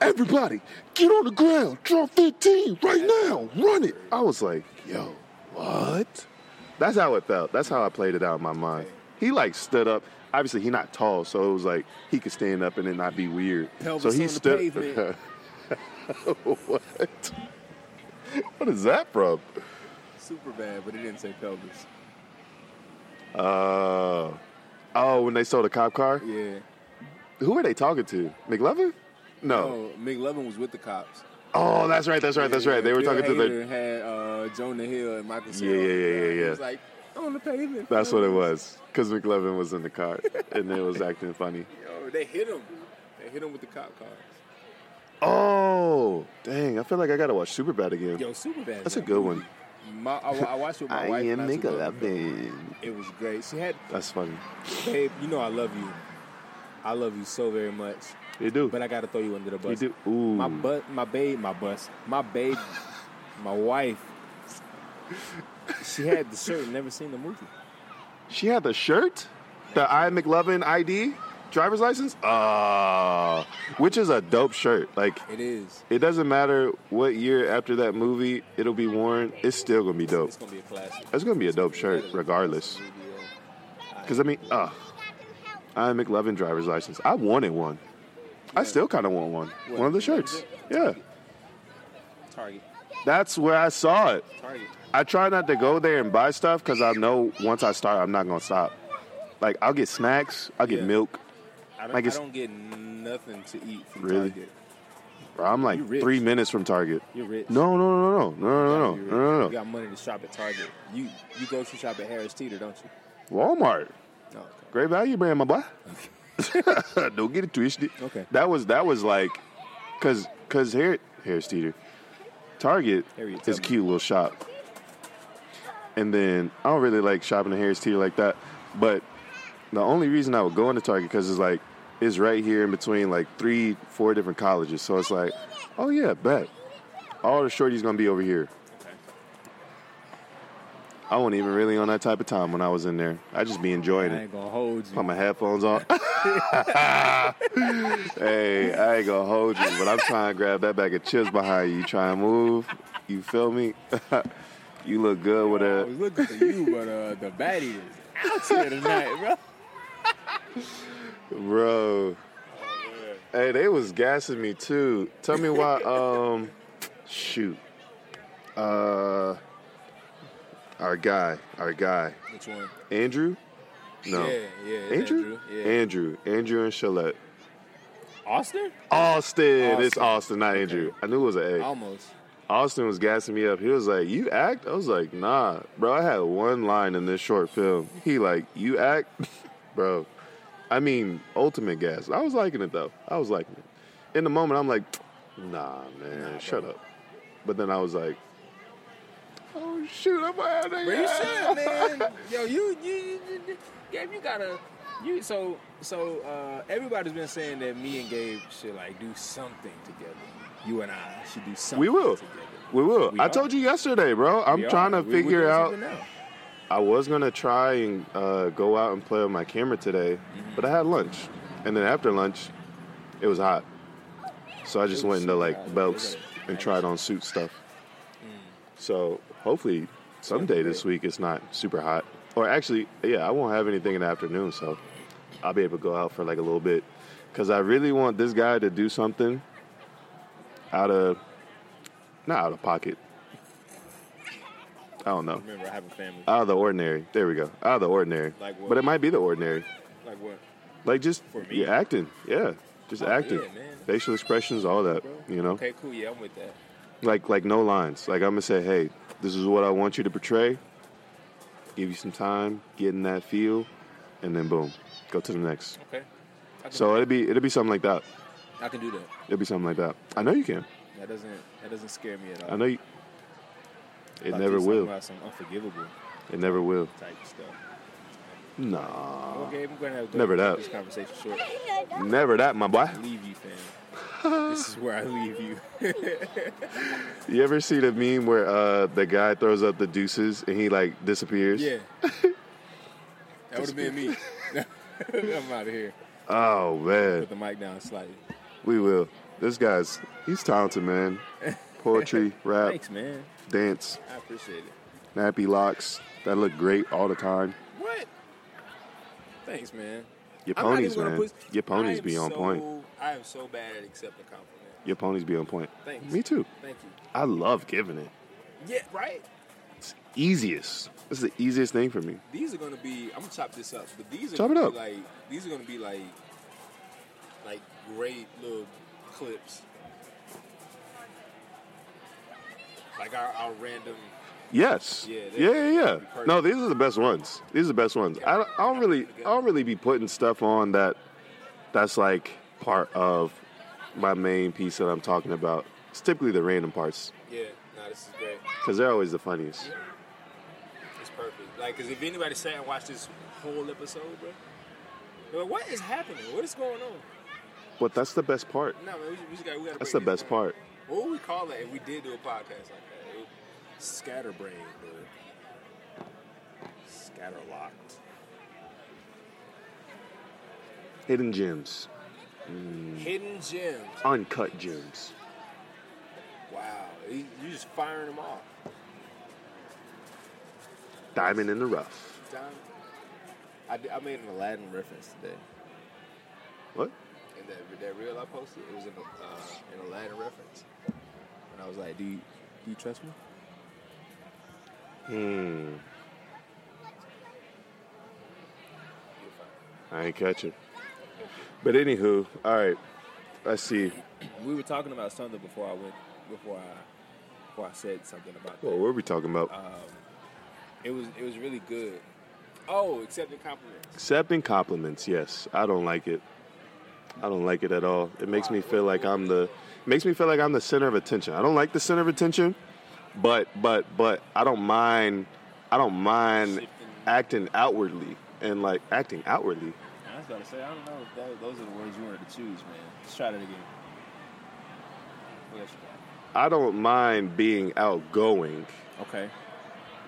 S2: Everybody, get on the ground. Draw 15 right now. Run it.
S3: I was like, yo, what? That's how it felt. That's how I played it out in my mind. He like stood up. Obviously, he not tall, so it was like he could stand up and it not be weird.
S1: Pelvis
S3: so he
S1: on the
S3: stood.
S1: pavement.
S3: what? What is that from?
S1: Super bad, but it didn't say pelvis.
S3: Uh, oh, when they stole the cop car,
S1: Yeah.
S3: who were they talking to? McLovin? No.
S1: Oh, McLovin was with the cops.
S3: Oh, that's right. That's right. That's right. They were
S1: Bill
S3: talking to the.
S1: Hader had uh, Jonah Hill and Michael. Cera
S3: Yeah, yeah,
S1: on the
S3: yeah,
S1: ground.
S3: yeah,
S1: He
S3: yeah.
S1: was like on the pavement.
S3: That's what it
S1: fellas."
S3: was. Because McLovin was in the car and it was acting funny.
S1: Yo, they hit him. They hit him with the cop cars.
S3: Oh, dang. I feel like I got to watch Superbad again.
S1: Yo, super bad.
S3: That's a good one.
S1: My, I, I watched it with my
S3: I
S1: wife.
S3: am
S1: not too long ago.
S3: McLovin.
S1: It was great. She had,
S3: That's funny.
S1: babe. You know I love you. I love you so very much.
S3: You do.
S1: But I gotta throw you under the
S3: you
S1: bus.
S3: do. Ooh.
S1: My butt, my babe, my bus, my babe, my wife. She had the shirt. and Never seen the movie.
S3: she had the shirt, the I am McLovin ID, driver's license. Uh, which is a dope shirt. Like,
S1: It is.
S3: it doesn't matter what year after that movie it'll be worn, it's still going to be dope.
S1: It's gonna be a classic.
S3: That's going to be a dope shirt, regardless. Because, I mean, uh, I am McLovin driver's license. I wanted one. I still kind of want one. One of the shirts. Yeah.
S1: Target.
S3: That's where I saw it.
S1: Target.
S3: I try not to go there and buy stuff because I know once I start, I'm not gonna stop. Like I'll get snacks, I'll get
S1: Yeah.
S3: milk.
S1: I don't,
S3: Like
S1: I
S3: it's-
S1: don't get nothing to eat from
S3: Really?
S1: Target.
S3: Bro, I'm like
S1: You rich.
S3: three minutes from Target.
S1: You're rich.
S3: No, no, no, no, no, no, no,
S1: You
S3: no,
S1: rich.
S3: no,
S1: You
S3: no,
S1: got money to shop at Target. You you go to shop at Harris Teeter, don't you?
S3: no. Walmart,
S1: No.
S3: great value brand, my boy. don't get it twisted.
S1: Okay.
S3: That was that was like, cause cause here Harris Teeter, Target
S1: Harriet
S3: is
S1: Tubman.
S3: cute little shop. And then I don't really like shopping at Harris Teeter like that, but the only reason I would go into Target because it's like it's right here in between like three, four different colleges. So it's like, oh yeah, bet all the shorties gonna be over here. I wasn't even really on that type of time when I was in there. I just be enjoying
S1: I
S3: it.
S1: ain't gonna hold you.
S3: Put my headphones on. hey, I ain't gonna hold you, but I'm trying to grab that bag of chips behind you. You try and move. You feel me? you look good with
S1: I
S3: a.
S1: was looking for you, but uh, the baddie was out here tonight, bro.
S3: Bro. Hey, they was gassing me too. Tell me why. Um, shoot. Uh, our guy, our guy,
S1: Which one?
S3: Andrew. No,
S1: Yeah, yeah. it's
S3: Andrew,
S1: Yeah.
S3: Andrew, Andrew, and Shalette.
S1: Austin?
S3: Austin, it's
S1: Austin.
S3: Austin, not Andrew. I knew it was an A.
S1: Almost.
S3: Austin was gassing me up. He was like, "You act?" I was like, "Nah, bro. I had one line in this short film." He like, "You act, bro." I mean, ultimate gas. I was liking it though. I was liking it. In the moment, I'm like, "Nah, man, shut up." But then I was like, "Oh shoot, I'm out of
S1: Bro,
S3: here."
S1: you should, man. Yo, you, you, you, you- you- Gabe, you gotta, you. So, so uh, everybody's been saying that me and Gabe should like do something together. You and I should do something.
S3: We will.
S1: Together.
S3: We will.
S1: We
S3: I
S1: are.
S3: told you yesterday, bro. I'm
S1: We are.
S3: trying to
S1: We- we're
S3: figure
S1: doing
S3: out.
S1: something now.
S3: I was gonna try and uh, go out and play with my camera today, but I had lunch, and then after lunch, it was hot, so I just
S1: It
S3: went
S1: was
S3: into
S1: super
S3: like
S1: hot.
S3: belts
S1: It was
S3: and
S1: nice.
S3: tried on suit stuff. So hopefully, someday this week it's not super hot, or actually, yeah, I won't have anything in the afternoon, so I'll be able to go out for like a little bit, because I really want this guy to do something out of not out of pocket. I don't know
S1: Remember, I have a family.
S3: out of the ordinary. There we go. Out of the ordinary.
S1: Like what?
S3: But it might be the ordinary.
S1: like what?
S3: Like just
S1: For me?
S3: you're acting. Yeah. Just
S1: Oh,
S3: acting.
S1: yeah, man.
S3: Facial expressions, all that. You know?
S1: Okay, cool. Yeah, I'm with that.
S3: Like like no lines. Like I'm gonna say, hey, this is what I want you to portray. Give you some time, get in that feel, and then boom. Go to the next.
S1: Okay. I can,
S3: So it'll be it'll be something like that.
S1: I can do that.
S3: It'll be something like that. I know you can.
S1: That doesn't that doesn't scare me at all.
S3: I know you it
S1: Thought you
S3: never
S1: was talking
S3: will.
S1: About some unforgivable
S3: It never will.
S1: type stuff.
S3: Nah.
S1: Okay, I'm gonna have to
S3: Uh, Never that.
S1: cut this conversation short.
S3: Never that, my boy.
S1: Leave you, fam. this is where I leave you.
S3: You ever see the meme where uh, the guy throws up the deuces and he like disappears?
S1: yeah. That would have been me. I'm out of here.
S3: Oh man,
S1: Put the mic down slightly.
S3: we will. This guy's he's talented, man. Poetry, rap,
S1: Thanks, man.
S3: dance,
S1: I appreciate it.
S3: nappy locks that look great all the time.
S1: What? Thanks, man.
S3: Your
S1: I'm not
S3: ponies,
S1: even gonna
S3: man.
S1: push-
S3: Your ponies
S1: I am
S3: be on
S1: so-
S3: point.
S1: I am so bad at accepting compliment.
S3: Your ponies be on point.
S1: Thanks.
S3: Me too.
S1: Thank you.
S3: I love giving it.
S1: Yeah, right?
S3: It's easiest. This is the easiest thing for me.
S1: These are gonna be. I'm gonna chop this up, but these are
S3: Chop
S1: gonna
S3: it
S1: be
S3: up.
S1: like these are gonna be like like great little clips, like our, our random.
S3: Yes.
S1: Yeah, they-
S3: yeah, yeah, yeah.
S1: they perfect.
S3: No, these are the best ones. These are the best ones. I, I don't really, I don't really be putting stuff on that. That's like part of my main piece that I'm talking about. It's typically the random parts
S1: Yeah, no, this is great.
S3: because they're always the funniest.
S1: It's perfect. Like, cause if anybody sat and watched this whole episode, bro, they're like, what is happening? What is going on?
S3: But that's the best part.
S1: No, man, we just, we just got. We got
S3: That's the best part.
S1: What would we call that if we did do a podcast like that? It would scatterbrain or scatterlocked.
S3: Hidden gems,
S1: Hidden gems.
S3: uncut gems.
S1: Wow, you you just firing them off.
S3: Diamond in the rough.
S1: Don, I, d- I made an Aladdin reference today.
S3: What?
S1: In that, that reel I posted, it was an, uh, an Aladdin reference. And I was like, do you, do you trust me?
S3: Hmm.
S1: You're fine.
S3: I ain't catch it. But anywho, all right. Let's see.
S1: We were talking about something before I went, before I, before I said something about
S3: What
S1: that.
S3: were we talking about?
S1: It was, it was really good. Oh, accepting compliments.
S3: Accepting compliments, yes. I don't like it. I don't like it at all. It makes me feel like I'm the makes me feel like I'm the center of attention. I don't like the center of attention, but but but I don't mind I don't mind acting outwardly and like acting outwardly.
S1: I was about to say, I don't know if that, those are the words you wanted to choose, man. Let's try that again. What else you
S3: I don't mind being outgoing
S1: got? Okay.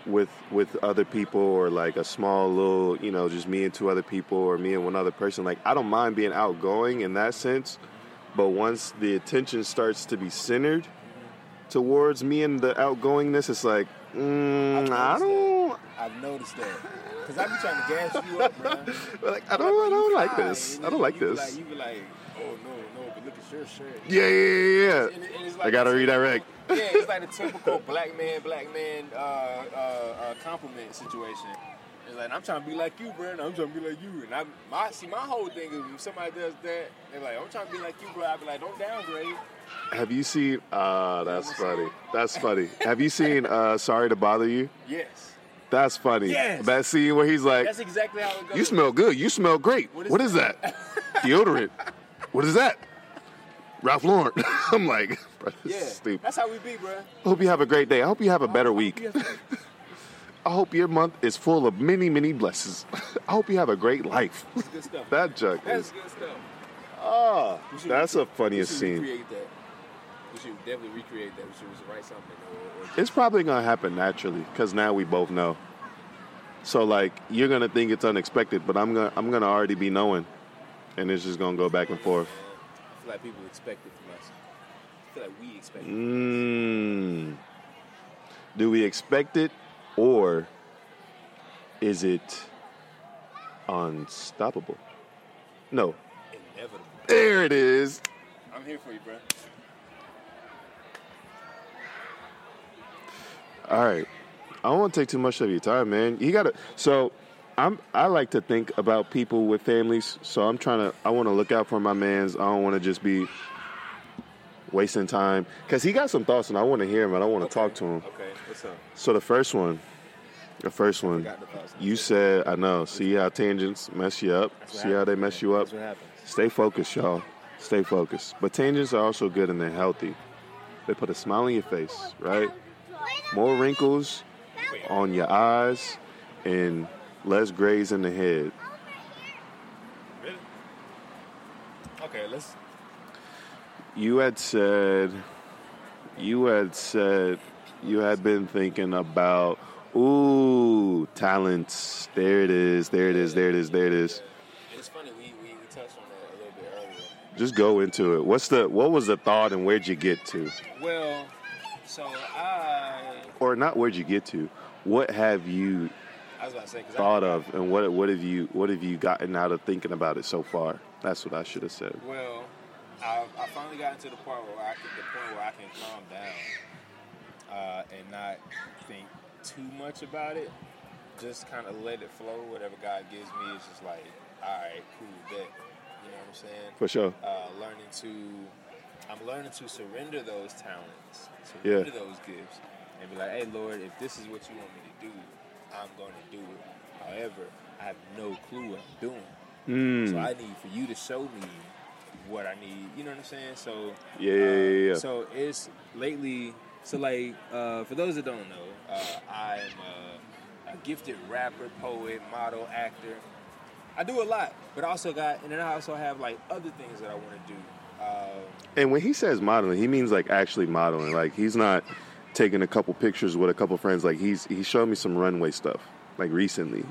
S3: with with other people or like a small little, you know, just me and two other people or me and one other person. Like I don't mind being outgoing in that sense, but once the attention starts to be centered towards me and the outgoingness, it's like mm, I
S1: noticed
S3: don't.
S1: I've noticed that. Cause I be trying to gas you up, bro.
S3: Like, I don't, I don't like this.
S1: And
S3: I don't
S1: you-
S3: like
S1: you be
S3: this.
S1: you be like, oh no, no, but look at your shirt.
S3: Yeah, yeah, yeah,
S1: And
S3: yeah.
S1: it- and it's
S3: I gotta
S1: the typical-
S3: redirect.
S1: Yeah, it's like the typical black man, black man uh, uh, uh, compliment situation. It's like I'm trying to be like you, bro. And I'm trying to be like you. And I, my see, my whole thing is when somebody does that, they're like, I'm trying to be like you, bro. I be like, don't downgrade.
S3: Have you seen? Ah, that's funny. That's funny. Have you seen? Uh, Sorry to bother you.
S1: Yes,
S3: That's funny.
S1: Yes.
S3: That scene where he's like,
S1: that's exactly how it goes.
S3: You smell good. You smell great.
S1: What
S3: What
S1: is
S3: is, that? Deodorant. What is that? Ralph Lauren. I'm like, bro, this
S1: Yeah,
S3: is stupid.
S1: that's how we be, bro.
S3: Hope you have a great day. I hope you have a better week.
S1: Yes.
S3: I hope your month is full of many, many blessings. I hope you have a great life.
S1: It's good stuff.
S3: That joke
S1: That's
S3: is
S1: good stuff.
S3: ah.
S1: We should-
S3: That's the
S1: We
S3: funniest
S1: should
S3: scene.
S1: recreate that. We should definitely recreate that. We should just write something. Or, or just,
S3: It's probably gonna happen naturally because now we both know. So like, you're gonna think it's unexpected, but I'm gonna I'm gonna already be knowing, and it's just gonna go back and forth.
S1: I feel like people expect it from us. I feel like we expect it.
S3: Mm. Do we expect it, or is it unstoppable? No.
S1: Inevitable.
S3: There it is.
S1: I'm here for you, bro.
S3: All right. I don't want to take too much of your time, man. You gotta. So, I'm. I like to think about people with families. So I'm trying to. I want to look out for my man's. I don't want to just be wasting time because he got some thoughts, and I want to hear him. And I want to talk to him.
S1: Okay, what's up?
S3: So the first one, the first one,
S1: forgot the thoughts.
S3: you said, I know. See how tangents mess you up.
S1: That's what
S3: See how they
S1: happens,
S3: mess
S1: man.
S3: you up.
S1: That's what happens.
S3: Stay focused, y'all. Stay focused. But tangents are also good and they're healthy. They put a smile on your face, right? More wrinkles on your eyes, and Let's graze in the head.
S1: Really? Okay, let's.
S3: You had said, you had said, you had been thinking about, ooh, talents. There it is. There it is. There it is. There it is.
S1: It's funny we, we, we touched on that a little bit earlier.
S3: Just go into it. What's the what was the thought and where'd you get to,
S1: Well, so I
S3: or not where'd you get to? What have you
S1: I was about to say because
S3: thought of, and what what have you what have you gotten out of thinking about it so far? That's what I should have said.
S1: Well, I, I finally got to the part where I can, the point where I can calm down uh, and not think too much about it. Just kind of let it flow. Whatever God gives me is just like, all right, cool, that. You know what I'm saying?
S3: For sure.
S1: Uh, learning to, I'm learning to surrender those talents,
S3: Yeah.
S1: surrender those gifts, and be like, hey, Lord, if this is what you want me to do, I'm going to do it. However, I have no clue what I'm doing.
S3: Hmm.
S1: So I need for you to show me what I need. You know what I'm saying? So uh,
S3: Yeah, yeah, yeah, yeah, yeah.
S1: So it's lately. So like uh, for those that don't know, uh, I'm uh, a gifted rapper, poet, model, actor. I do a lot, but I also got and then I also have like other things that I want to do. Uh,
S3: And when he says modeling, he means like actually modeling. Like he's not taking a couple pictures with a couple friends. Like he's he showed me some runway stuff like recently.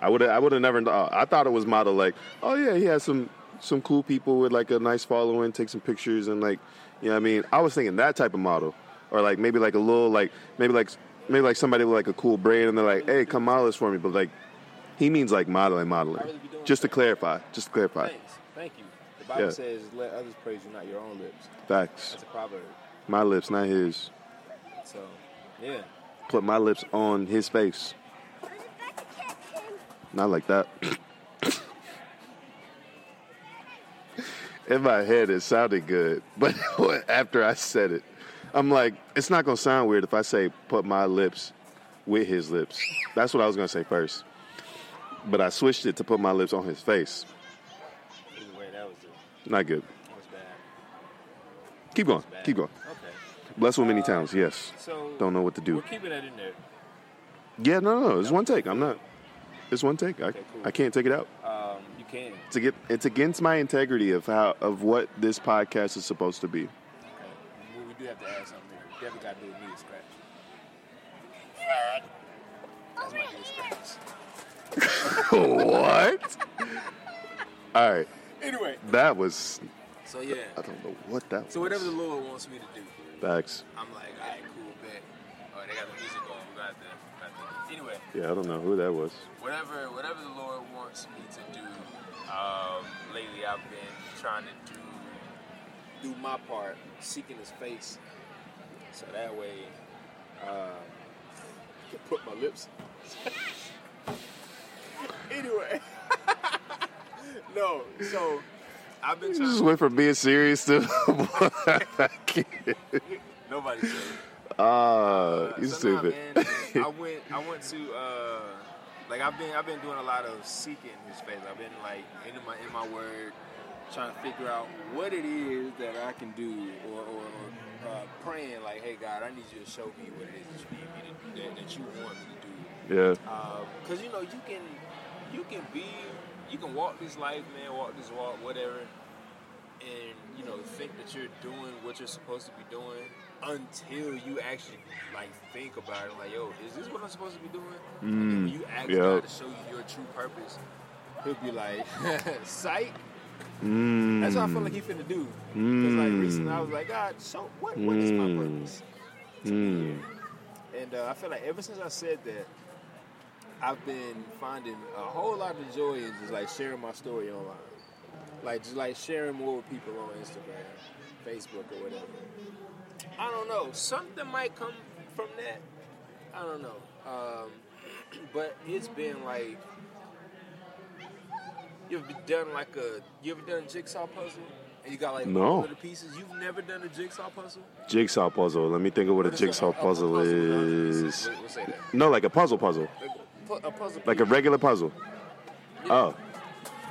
S3: I would I would have never. kno- I thought it was model. Like oh yeah, he has some some cool people with like a nice following, take some pictures and like you know what I mean. I was thinking that type of model, or like maybe like a little like maybe like maybe like somebody with like a cool braid and they're like hey come model this for me. But like he means like modeling
S1: I really
S3: modeling.
S1: be doing
S3: Just to
S1: that.
S3: clarify, just to clarify,
S1: thanks, thank you. The Bible
S3: Yeah.
S1: says, "Let others praise you, not your own lips."
S3: facts.
S1: That's a proverb.
S3: My lips, not his.
S1: So, yeah.
S3: put my lips on his face. Not like that. In my head, it sounded good, but after I said it, I'm like, it's not gonna sound weird if I say put my lips with his lips. That's what I was gonna say first, but I switched it to put my lips on his face.
S1: Either way, that was it.
S3: Not good.
S1: That was bad.
S3: Keep going.
S1: Bad.
S3: Keep going.
S1: Okay.
S3: Blessed with many times. Yes.
S1: So
S3: Don't know what to do.
S1: We're keeping that in there.
S3: Yeah. No. No. no. It's one take. I'm not. It's one take. I,
S1: cool.
S3: I can't take it out.
S1: Um, you can.
S3: It's against, it's against my integrity of how of what this podcast is supposed to be.
S1: Okay. Well, we do have to add something here. We definitely got to do with me and scratch. That's my new scratch.
S3: what? All right,
S1: Anyway.
S3: that was
S1: So yeah.
S3: I don't know what that.
S1: So
S3: was.
S1: whatever the Lord wants me to do.
S3: Facts.
S1: I'm like, all right, cool, bet. Oh, they got the music on. We got the. we got the- Anyway,
S3: Yeah, I don't know who that was.
S1: whatever, whatever the Lord wants me to do. Um, lately, I've been trying to do do my part, seeking His face, so that way, um, I can put my lips. anyway, no. So I've been
S3: You
S1: trying.
S3: just went from being serious to.
S1: Nobody said.
S3: Ah,
S1: Uh,
S3: you
S1: so nah,
S3: stupid.
S1: man, I went. I went to. Uh, like I've been. I've been doing a lot of seeking His face. I've been like in my in my word, trying to figure out what it is that I can do, or, or uh, praying like, Hey God, I need you to show me what it is that you need me to do, that, that you want me to do.
S3: yeah.
S1: Because Uh, you know you can, you can be, you can walk this life, man, walk this walk, whatever, and you know think that you're doing what you're supposed to be doing until you actually like think about it, like, yo, is this what I'm supposed to be doing? and then when you ask
S3: yeah.
S1: God to show you your true purpose, he'll be like, psych. That's what I feel like he finna do. Because like recently I was like, God, so what? What is my purpose?
S3: Mm-hmm.
S1: to be here?" And uh, I feel like ever since I said that, I've been finding a whole lot of joy in just like sharing my story online, like just like sharing more with people on Instagram, Facebook, or whatever. I don't know. Something might come from that. I don't know. Um, but it's been like you ever done like a you ever done a jigsaw puzzle and you got like
S3: No.
S1: all of the pieces. You've never done a jigsaw puzzle.
S3: Jigsaw puzzle. Let me think of what a jigsaw puzzle is.
S1: We'll say that.
S3: No, like a puzzle puzzle,
S1: Like a pu- a puzzle.
S3: like a
S1: piece.
S3: regular puzzle. Oh,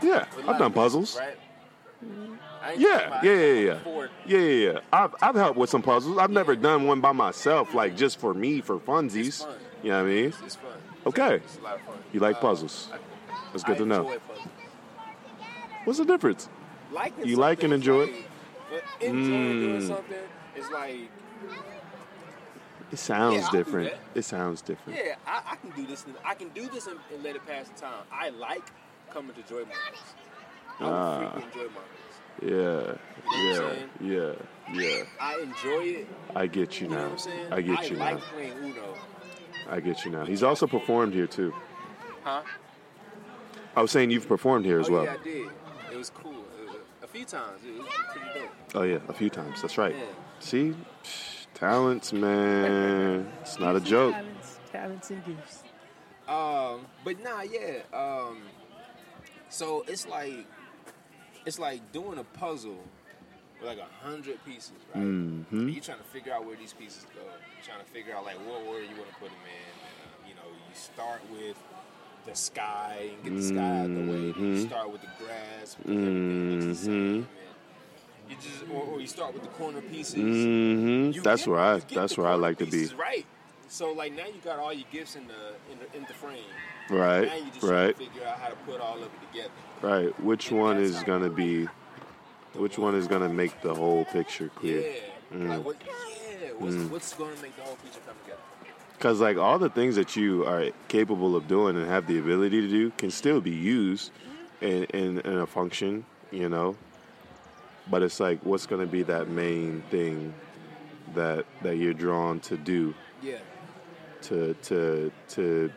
S3: yeah.
S1: With a lot
S3: I've
S1: of
S3: done
S1: pieces,
S3: puzzles. Mm-hmm.
S1: Right? I ain't talking
S3: Yeah,
S1: about-
S3: yeah, yeah, yeah.
S1: before-
S3: Yeah, yeah, yeah. I've, I've helped with some puzzles. I've never done one by myself, like just for me, for funsies.
S1: fun.
S3: You know what I mean?
S1: It's fun.
S3: Okay.
S1: It's a lot of fun. Uh,
S3: You like puzzles. That's good
S1: I
S3: to know.
S1: enjoy puzzles.
S3: What's the difference?
S1: Liking
S3: You like
S1: something
S3: and
S1: is
S3: enjoy it? Mm.
S1: Like, but enjoying doing something is like,
S3: It sounds
S1: I'll do
S3: different.
S1: that.
S3: It sounds different.
S1: yeah, I, I can do this. And, I can do this and, and let it pass the time. I like coming to joy moments. I would
S3: Ah.
S1: frequent joy moments.
S3: Yeah.
S1: You know
S3: Yeah.
S1: what I'm
S3: Yeah. Yeah.
S1: I enjoy it.
S3: I get you
S1: You know what
S3: now.
S1: I'm saying?
S3: I get you
S1: like
S3: now.
S1: playing Uno.
S3: I get you now. He's also performed here too.
S1: Huh?
S3: I was saying you've performed here as
S1: oh,
S3: well.
S1: yeah, I did. It was cool. It was a, a few times. It was pretty dope.
S3: Oh yeah, a few times. That's right.
S1: Yeah.
S3: See, Psh, talents, man. It's not a joke.
S4: Talents, talents and gifts.
S1: Um, but nah, yeah. Um, so it's like it's like doing a puzzle with like a hundred pieces, right? And You're trying to figure out where these pieces go. You're trying to figure out like what order you want to put them in. Uh, you know, you start with the sky and get the sky out of the way. Then you start with the grass. Because everything looks the same. And you just or, or you start with the corner pieces.
S3: Mm-hmm.
S1: You
S3: That's
S1: get-
S3: where I.
S1: you get
S3: That's
S1: the
S3: where I
S1: corner
S3: like to be.
S1: pieces Right. So like now you got all your gifts in the in the, in the frame.
S3: Right.
S1: Now you just
S3: Eh, Right.
S1: trying to figure out how to put all of it together.
S3: Right. Which one is gonna be? Which one is gonna make the whole picture
S1: Yeah.
S3: clear? Mm.
S1: Like what? Yeah. What's, what's going to make the whole picture come together?
S3: Because like all the things that you are capable of doing and have the ability to do can still be used
S1: Mm-hmm.
S3: in in, in a function, you know. But it's like, what's gonna be that main thing that that you're drawn to do?
S1: Yeah.
S3: to to to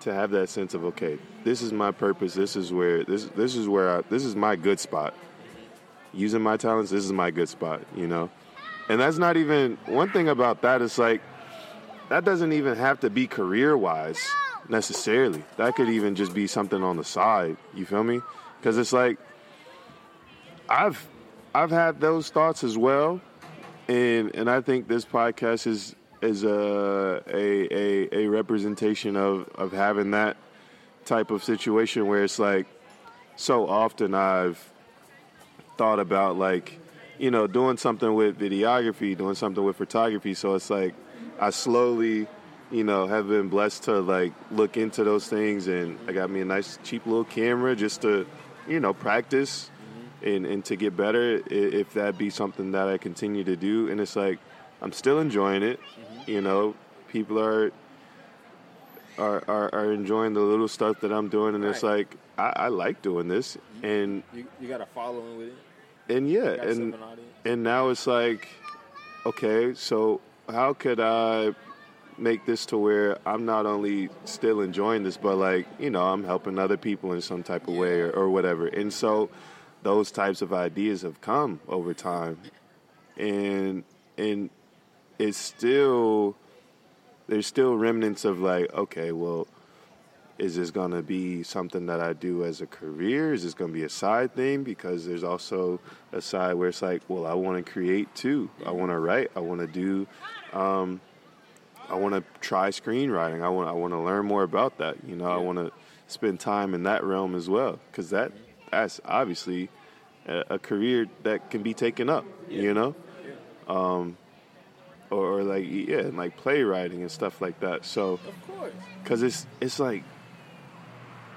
S3: to have that sense of okay, this is my purpose. This is where this this is where I, this is my good spot. Using my talents, this is my good spot. You know, and that's not even one thing about that. It's like that doesn't even have to be career wise necessarily. That could even just be something on the side. You feel me? Because it's like I've I've had those thoughts as well, and and I think this podcast is is a a a, a representation of of having that type of situation where it's like so often I've thought about like you know doing something with videography, doing something with photography. So it's like I slowly you know have been blessed to like look into those things, and I got me a nice cheap little camera just to you know practice and, and to get better i- if that be something that I continue to do. And it's like I'm still enjoying it.
S1: Mm-hmm.
S3: You know, people are, are are are enjoying the little stuff that I'm doing, and it's
S1: Right.
S3: like I, I like doing this, and
S1: You, you got a following with it.
S3: and yeah,
S1: You got yourself
S3: and
S1: an audience.
S3: and now it's like, okay, so how could I make this to where I'm not only still enjoying this, but like, you know, I'm helping other people in some type of way or, or whatever. And so those types of ideas have come over time. And and it's still there's still remnants of like, okay, well, is this going to be something that I do as a career? Is this going to be a side thing? Because there's also a side where it's like, well, I want to create too. I want to write. I want to do. Um, I want to try screenwriting. I want. I want to learn more about that. You know, I want to spend time in that realm as well because that that's obviously a, a career that can be taken up. You know Um, or, or like yeah, and like playwriting and stuff like that. So,
S1: Of course.
S3: cause it's it's like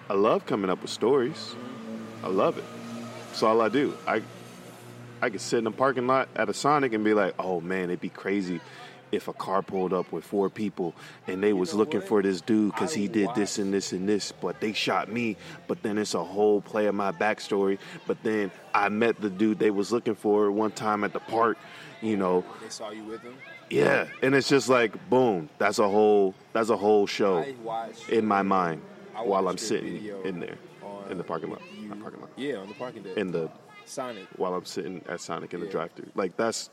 S3: I love coming up with stories. I love it. It's all I do. I I could sit in a parking lot at a Sonic and be like, oh man, it'd be crazy if a car pulled up with four people and they was
S1: know
S3: looking
S1: what?
S3: for this dude because
S1: I
S3: he did this
S1: watched-
S3: and this and this, but they shot me. But then it's a whole play of my backstory. But then I met the dude they was looking for one time at the park, you know,
S1: They saw you with them.
S3: yeah, and it's just like boom. That's a whole. That's a whole show
S1: I watched.
S3: Oh. in my mind
S1: I
S3: while I'm
S1: watched your
S3: sitting
S1: video
S3: in there
S1: on
S3: in the parking lot.
S1: you-
S3: Not parking lot.
S1: Yeah, on the parking deck.
S3: In the
S1: Sonic.
S3: while I'm sitting at Sonic in the
S1: Yeah.
S3: drive-through. Like that's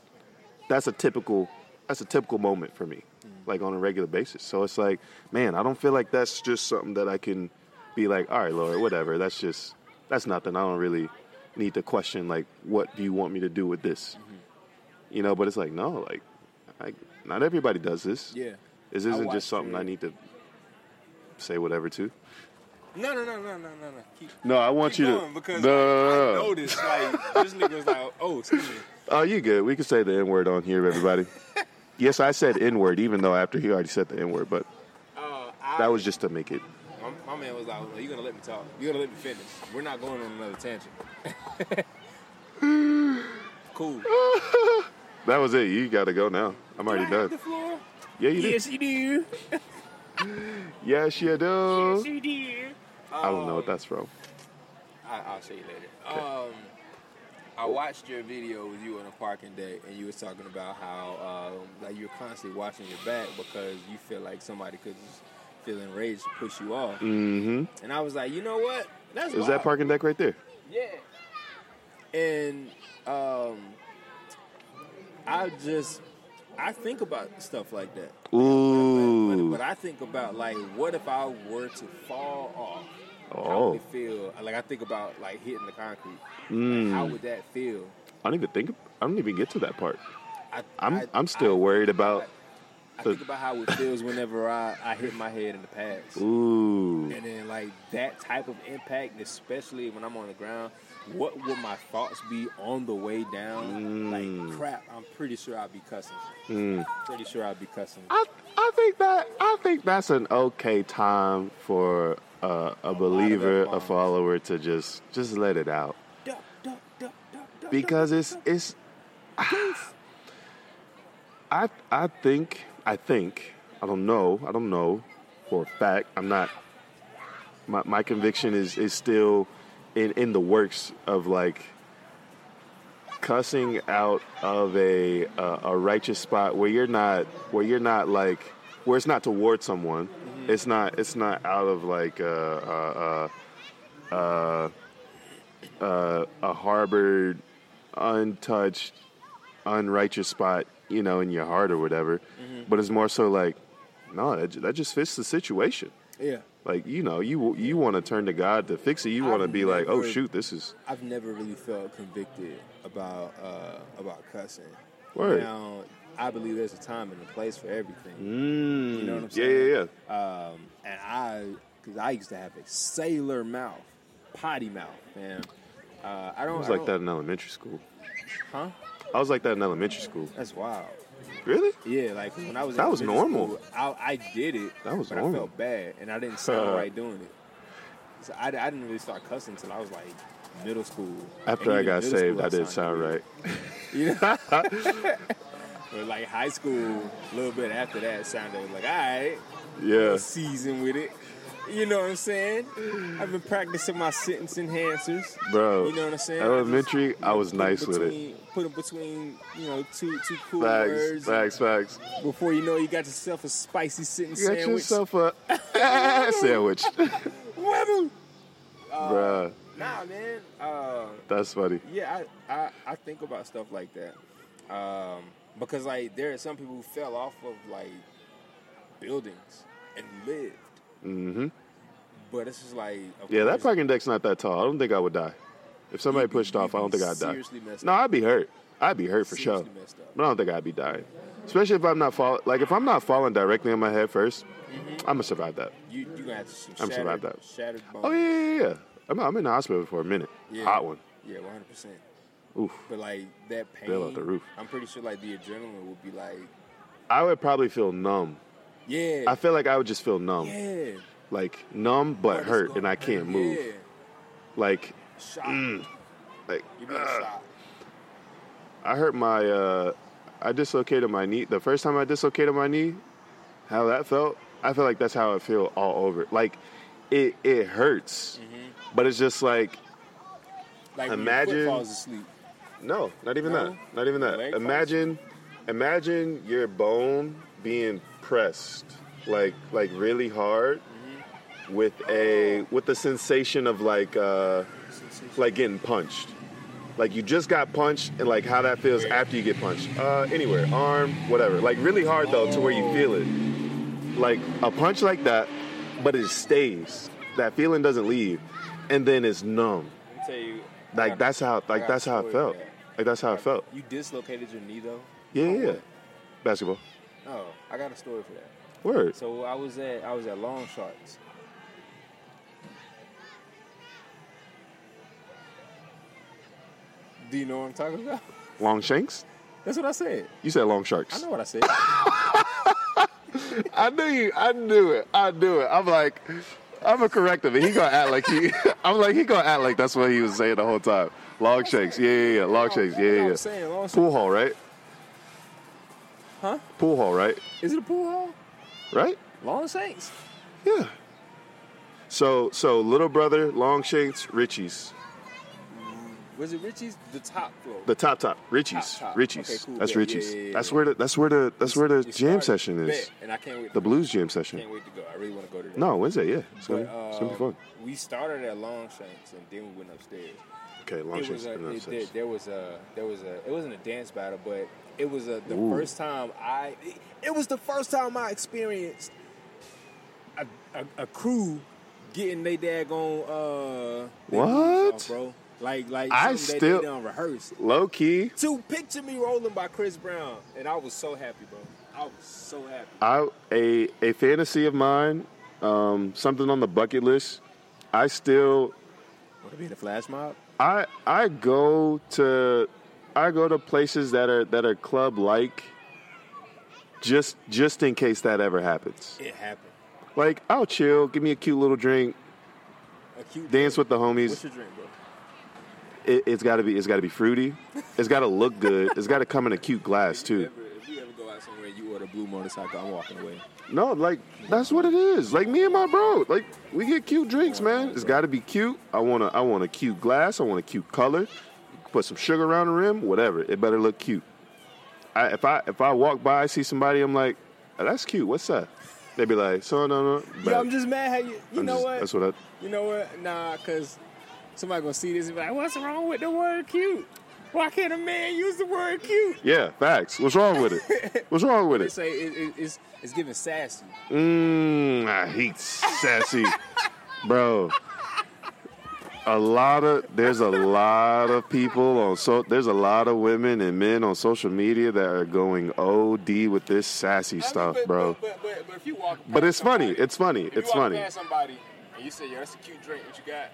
S3: that's a typical that's a typical moment for me,
S1: Mm.
S3: like on a regular basis. So it's like, man, I don't feel like that's just something that I can be like, all right, Lord, whatever. That's just that's nothing. I don't really need to question like, what do you want me to do with this?
S1: Mm-hmm.
S3: You know, but it's like, no, like, I, not everybody does this.
S1: Yeah.
S3: This
S1: I
S3: isn't
S1: watched
S3: just something
S1: your-
S3: I need to say whatever to.
S1: No, no, no, no, no, no, no. Keep
S3: No, I want
S1: keep
S3: you
S1: going
S3: to.
S1: because
S3: No,
S1: I,
S3: no,
S1: I
S3: no, no.
S1: noticed like this nigga was like, oh, excuse me.
S3: Oh, you good. We can say the N word on here, everybody. yes, I said N word, even though after he already said the N word, but
S1: Uh, I I,
S3: That was just to make it.
S1: my, my man was like, "No, you're gonna let me talk. You're gonna let me finish. We're not going on another tangent." cool.
S3: That was it. You gotta go now. I'm
S1: Do I
S3: already
S1: have The
S3: done.
S1: floor?
S3: Yeah, you did.
S1: Yes, you do.
S3: Yes, you
S1: Yes,
S3: do.
S1: you do.
S3: I don't know what that's from.
S1: I, I'll show you later. Um, I watched your video with you on a parking day, and you was talking about how um, like you're constantly watching your back because you feel like somebody could just feel enraged to push you off.
S3: Mm-hmm.
S1: And I was like, you know what? That's
S3: Is that
S1: wild.
S3: parking deck right there?
S1: Yeah. And um, I just I think about stuff like that. But,
S3: Ooh.
S1: but I think about like, what if I were to fall off? How
S3: Oh,
S1: would it feel? Like I think about like hitting the concrete. Like, how
S3: mm.
S1: would that feel?
S3: I don't even think. I don't even get to that part.
S1: I,
S3: I'm.
S1: I-
S3: I'm still
S1: I-
S3: worried about.
S1: I think about how it feels whenever I, I hit my head in the pads.
S3: Ooh.
S1: And then like that type of impact, especially when I'm on the ground, what would my thoughts be on the way down?
S3: Mm.
S1: Like crap, I'm pretty sure I'd be cussing. Pretty sure I'd be cussing.
S3: I. I think that. I think that's an okay time for uh, a believer, a
S1: bombs.
S3: follower, to just just let it out
S1: Duck, duck, duck, duck, duck,
S3: because
S1: duck,
S3: it's
S1: duck,
S3: it's. I I think I think I don't know I don't know for a fact I'm not my my conviction is is still in in the works of like cussing out of a uh, a righteous spot where you're not where you're not like where it's not toward someone it's not it's not out of like uh uh uh uh, uh a harbored untouched unrighteous spot, you know, in your heart or whatever.
S1: Mm-hmm.
S3: But it's more so like, no, that, ju- that just fits the situation.
S1: duck. Yeah.
S3: Like, you know, you you want to turn to God to fix it. You want to
S1: I've
S3: be like, oh
S1: never-
S3: shoot, this is
S1: I've never really felt convicted about uh, about cussing.
S3: Word.
S1: Now I believe there's a time and a place for everything.
S3: mm.
S1: You know what I'm
S3: Yeah,
S1: saying?
S3: yeah, yeah.
S1: Um, and I, because I used to have a sailor mouth, potty mouth, man. Uh, I don't.
S3: I was like that in elementary school.
S1: huh?
S3: I was like that in elementary school.
S1: That's wild.
S3: Really?
S1: Yeah, like when I was
S3: That
S1: in
S3: was
S1: elementary
S3: normal.
S1: school, I, I did it.
S3: That was
S1: but I
S3: normal.
S1: felt bad, and I didn't sound right doing it. So I, I didn't really start cussing until I was like middle school.
S3: After
S1: And
S3: I
S1: even
S3: got
S1: middle
S3: saved,
S1: school,
S3: I didn't
S1: sounded
S3: sound
S1: weird.
S3: right.
S1: You know? but like high school, a little bit after that, sounded like all right.
S3: Yeah.
S1: season with it. You know what I'm saying? I've been practicing my sentence enhancers.
S3: Bro,
S1: you know what I'm saying?
S3: elementary, I was
S1: Put 'em
S3: nice with it.
S1: between, Put them between, you know, two two cool
S3: Facts,
S1: words.
S3: facts, facts.
S1: Before you know, it, you got yourself a spicy sentence
S3: Get
S1: sandwich.
S3: yourself a sandwich.
S1: Whatever. Uh,
S3: Bruh,
S1: Nah, man. Uh,
S3: that's funny.
S1: yeah, I, I I think about stuff like that um, because like there are some people who fell off of like buildings and lived,
S3: Mm-hmm.
S1: but it's just like of
S3: Yeah, that
S1: course,
S3: parking deck's not that tall. I don't think I would die. If somebody
S1: You'd be-
S3: pushed off, I
S1: you'd
S3: don't
S1: be
S3: think I'd die.
S1: seriously messed
S3: No, I'd be hurt. I'd be hurt for sure.
S1: Seriously messed up.
S3: But I don't think I'd be dying. Especially if I'm not fall like if I'm not falling directly on my head 1st i
S1: Mm-hmm.
S3: I'm gonna survive that.
S1: You you gonna have some
S3: I'm
S1: shattered,
S3: survived that.
S1: shattered bones.
S3: Oh yeah, yeah, yeah. I'm, I'm in the hospital for a minute.
S1: Yeah.
S3: Hot one.
S1: Yeah, one hundred percent.
S3: Oof.
S1: But like that pain,
S3: Fell out the roof.
S1: I'm pretty sure like the adrenaline would be like,
S3: I would probably feel numb.
S1: yeah,
S3: I feel like I would just feel numb,
S1: yeah,
S3: like numb but
S1: It's
S3: hurt,
S1: gonna
S3: and I
S1: hurt,
S3: can't move.
S1: Yeah,
S3: Like,
S1: shock.
S3: Mm. like
S1: You're being
S3: ugh.
S1: shocked.
S3: I hurt my uh I dislocated my knee. The first time I dislocated my knee, how that felt, I feel like that's how I feel all over. Like it it hurts. But it's just like
S1: Like when
S3: Imagine-
S1: your foot falls asleep.
S3: no, not even
S1: No?
S3: that. Not even that.
S1: Leg
S3: Imagine imagine your bone being pressed like like really hard
S1: Mm-hmm.
S3: with a with the sensation of like uh like getting punched. Like you just got punched and like how that feels after you get punched. Uh, anywhere, arm, whatever. Like really hard though to where you feel it. Like a punch like that, but it stays. That feeling doesn't leave, and then it's numb.
S1: Let me tell you, I got
S3: Like
S1: a-
S3: that's how
S1: I
S3: like
S1: got a
S3: that's how I
S1: story
S3: felt.
S1: for that.
S3: Like that's how I felt.
S1: You dislocated your knee though.
S3: Yeah,
S1: Oh,
S3: yeah.
S1: what?
S3: Basketball.
S1: Oh, I got a story for that.
S3: Word.
S1: So I was at I was at Long Sharks. Do you know what I'm talking about?
S3: Long shanks.
S1: That's what I said.
S3: You said long
S1: I
S3: sharks.
S1: know what I said.
S3: I knew you. I knew it. I knew it. I'm like, I'm a corrective. And he gonna act like he. I'm like he gonna act like that's what he was saying the whole time. Log shakes. Yeah, yeah, yeah. Log shakes. Oh, Yeah,
S1: You know what
S3: yeah,
S1: I'm
S3: yeah.
S1: saying, long story-
S3: Pool hall, right?
S1: Huh?
S3: Pool hall, right?
S1: Is it a pool hall?
S3: Right?
S1: Long Saints.
S3: Yeah. So, so little brother, long shakes, Richie's,
S1: Was it Richie's? The top floor.
S3: the top top, Richie's,
S1: Top Top.
S3: Richie's.
S1: Okay, cool,
S3: That's
S1: bet. Yeah,
S3: Richie's.
S1: yeah, yeah,
S3: That's
S1: yeah.
S3: where the that's where the that's where the
S1: You
S3: jam
S1: started-
S3: session is.
S1: Bet, And I can't wait.
S3: The blues jam
S1: I
S3: session.
S1: can't wait to go. I really want to go to that.
S3: No, Wednesday. Yeah, it's gonna,
S1: But,
S3: be it's gonna be
S1: um,
S3: fun.
S1: We started at Longshanks and then we went upstairs.
S3: Okay, long
S1: It
S3: shakes.
S1: was a,
S3: and then
S1: it,
S3: upstairs.
S1: there, there was a there was a it wasn't a dance battle, but it was a the
S3: Ooh.
S1: first time I it, it was the first time I experienced a a, a crew getting they daggone uh their moves
S3: What?
S1: off, bro like like
S3: I
S1: something that
S3: still-
S1: they done rehearsed.
S3: Low key,
S1: To picture me rolling by Chris Brown, and I was so happy, bro. I was so happy.
S3: I a a fantasy of mine, um, something on the bucket list. I still
S1: Want to be in a flash mob?
S3: I I go to I go to places that are that are club like just just in case that ever happens.
S1: It happened.
S3: Like I'll chill, give me a cute little drink,
S1: A cute
S3: dance with the
S1: What's
S3: homies.
S1: your drink, bro?
S3: It, it's got to be it's got to be fruity. It's got to look good. It's got to come in a cute glass too.
S1: Ever, if you ever go out somewhere, and you order blue motorcycle. I'm walking away.
S3: No, like that's what it is. Like me and my bro, like we get cute drinks, man. It's got to be cute. I want to I want a cute glass. I want a cute color. Put some sugar around the rim, whatever. It better look cute. I, if I if I walk by, I see somebody, I'm like, "Oh, that's cute. What's that? They be like, so no no. But
S1: Yo, I'm just mad how you. You
S3: I'm
S1: know
S3: just-
S1: what?
S3: That's what I.
S1: You know what? Nah, cause somebody gonna see this and be like, "What's wrong with the word cute? Why can't a man use the word cute?"
S3: Yeah, facts. What's wrong with it? What's wrong with
S1: They
S3: it?
S1: say it, it, it's it's giving sassy.
S3: Mmm, I hate sassy, bro. A lot of there's a lot of people on so there's a lot of women and men on social media that are going OD with this sassy
S1: I mean,
S3: stuff,
S1: but,
S3: bro.
S1: But, but, but if you walk,
S3: But
S1: past
S3: it's funny.
S1: somebody-
S3: It's funny.
S1: if you
S3: It's
S1: walk
S3: funny.
S1: Past somebody and you say, "Yo, that's a cute drink. What you got?"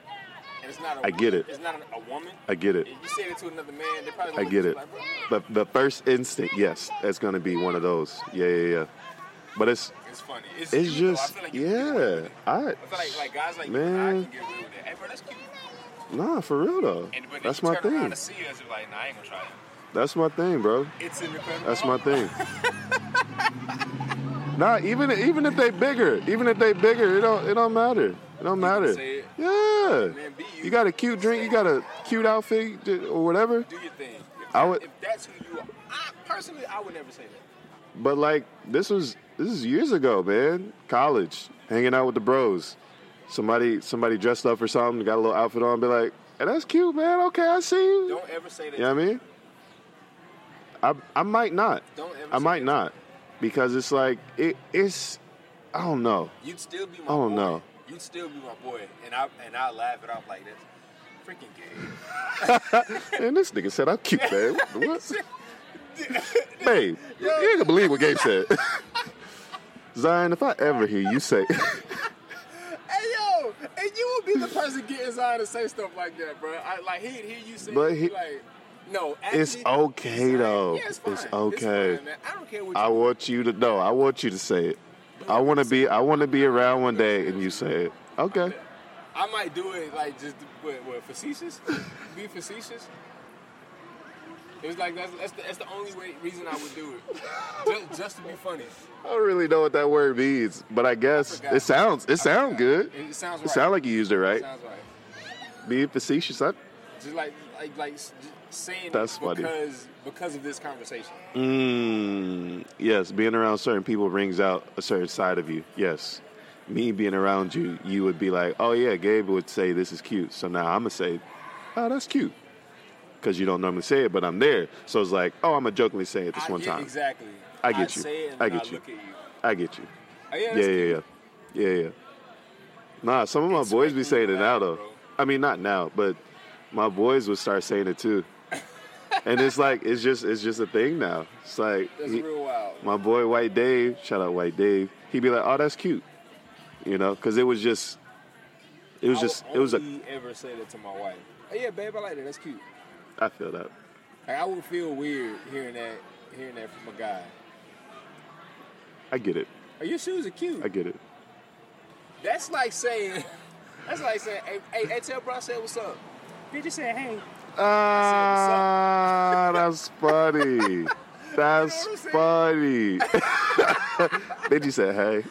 S1: And it's not. A
S3: I get it.
S1: It's not a, a woman.
S3: I get it.
S1: And you say it to another man, they probably.
S3: I
S1: gonna
S3: get
S1: look
S3: it.
S1: at you Like,
S3: The the first instinct, yes, that's gonna be one of those. Yeah, yeah, yeah. But it's
S1: "Bro, it's funny. It's,
S3: it's
S1: cute, though. I
S3: just
S1: feel like you can get away
S3: yeah.
S1: with it.
S3: I
S1: I feel like like guys like you and I
S3: man,
S1: can get away with it. Hey, bro, that's cute.
S3: nah, for real though.
S1: And but
S3: That's
S1: you
S3: my
S1: turn around
S3: thing.
S1: and see us, you're like, nah, I ain't gonna try it.
S3: That's my thing, bro.
S1: It's in the crib.
S3: That's my thing. nah, even even if they bigger, even if they bigger, it don't it don't matter. It don't matter.
S1: say it.
S3: Yeah.
S1: Man, be you.
S3: You got a cute drink, you got a cute outfit d- or whatever.
S1: Do your thing. If,
S3: I would-
S1: if that's who you are, I, personally, I would never say that.
S3: But like this was this is years ago, man. College, hanging out with the bros. Somebody somebody dressed up or something, got a little outfit on, be like, "Hey, that's cute, man. Okay, I see you."
S1: Don't ever say that.
S3: You know what I mean? I I might not.
S1: Don't ever
S3: I
S1: say
S3: might
S1: that.
S3: not. Because it's like it it's I don't know.
S1: You'd still be my
S3: I don't
S1: boy.
S3: know.
S1: You'd still be my boy, and I and I laugh it off like this. Freaking gay.
S3: And this nigga said I'm cute, man. What? the- what? Babe, you ain't gonna believe what Gabe said. Zion, if I ever hear you say
S1: Hey yo, and you would be the person getting Zion to say stuff like that, bro. I, like he'd hear you say,
S3: But
S1: it,
S3: he-
S1: like, no, actually,
S3: It's okay, though.
S1: Yeah, it's, fine.
S3: It's okay.
S1: fine, man. I don't care what.
S3: I
S1: you
S3: want you to know, I want you to say it. I wanna be I wanna be around one day and you say it. Okay.
S1: I might do it like just what, what facetious, be facetious. It was like that's that's the, that's the only way, reason I would do it, just, just to be funny.
S3: I don't really know what that word means, but I guess it sounds it sounds good.
S1: It, it sounds right.
S3: It sounds like you used it
S1: It
S3: right.
S1: sounds right.
S3: Being facetious, I,
S1: Just like like like s- just saying
S3: That's
S1: it
S3: funny.
S1: because because of this conversation.
S3: Mm, yes, being around certain people brings out a certain side of you. Yes. Me being around you, you would be like, oh yeah, Gabe would say this is cute. So now I'm going to say, oh, that's cute. Because you don't normally say it, but I'm there. So it's like, oh, I'm going to jokingly say it this
S1: I
S3: one
S1: get-
S3: time.
S1: Exactly.
S3: I get you.
S1: Say it and
S3: I
S1: then
S3: get you.
S1: Look at you.
S3: I get you.
S1: Oh, yeah,
S3: Yeah,
S1: that's
S3: yeah,
S1: cute.
S3: yeah. Yeah, yeah. Nah, some of my
S1: It's
S3: boys be
S1: making
S3: saying
S1: you
S3: it now,
S1: laugh,
S3: though.
S1: bro.
S3: I mean, not now, but my boys would start saying it too. and it's like, it's just, it's just a thing now. It's like,
S1: That's
S3: he-
S1: real wild.
S3: my boy White Dave, shout out White Dave. He'd be like, "Oh, that's cute," you know, because it was just, it was just,
S1: I would
S3: it was a.
S1: only ever say that to my wife. Oh yeah, babe, I like that. That's cute.
S3: I feel that.
S1: Like I would feel weird hearing that hearing that from a guy.
S3: I get it.
S1: Oh Oh, your shoes are cute.
S3: I get it.
S1: That's like saying, that's like saying, hey, hey, hey tell bro, I said what's up. They just said, hey.
S3: Ah, that's funny. That's
S1: You know what
S3: funny. they just said, "Hey,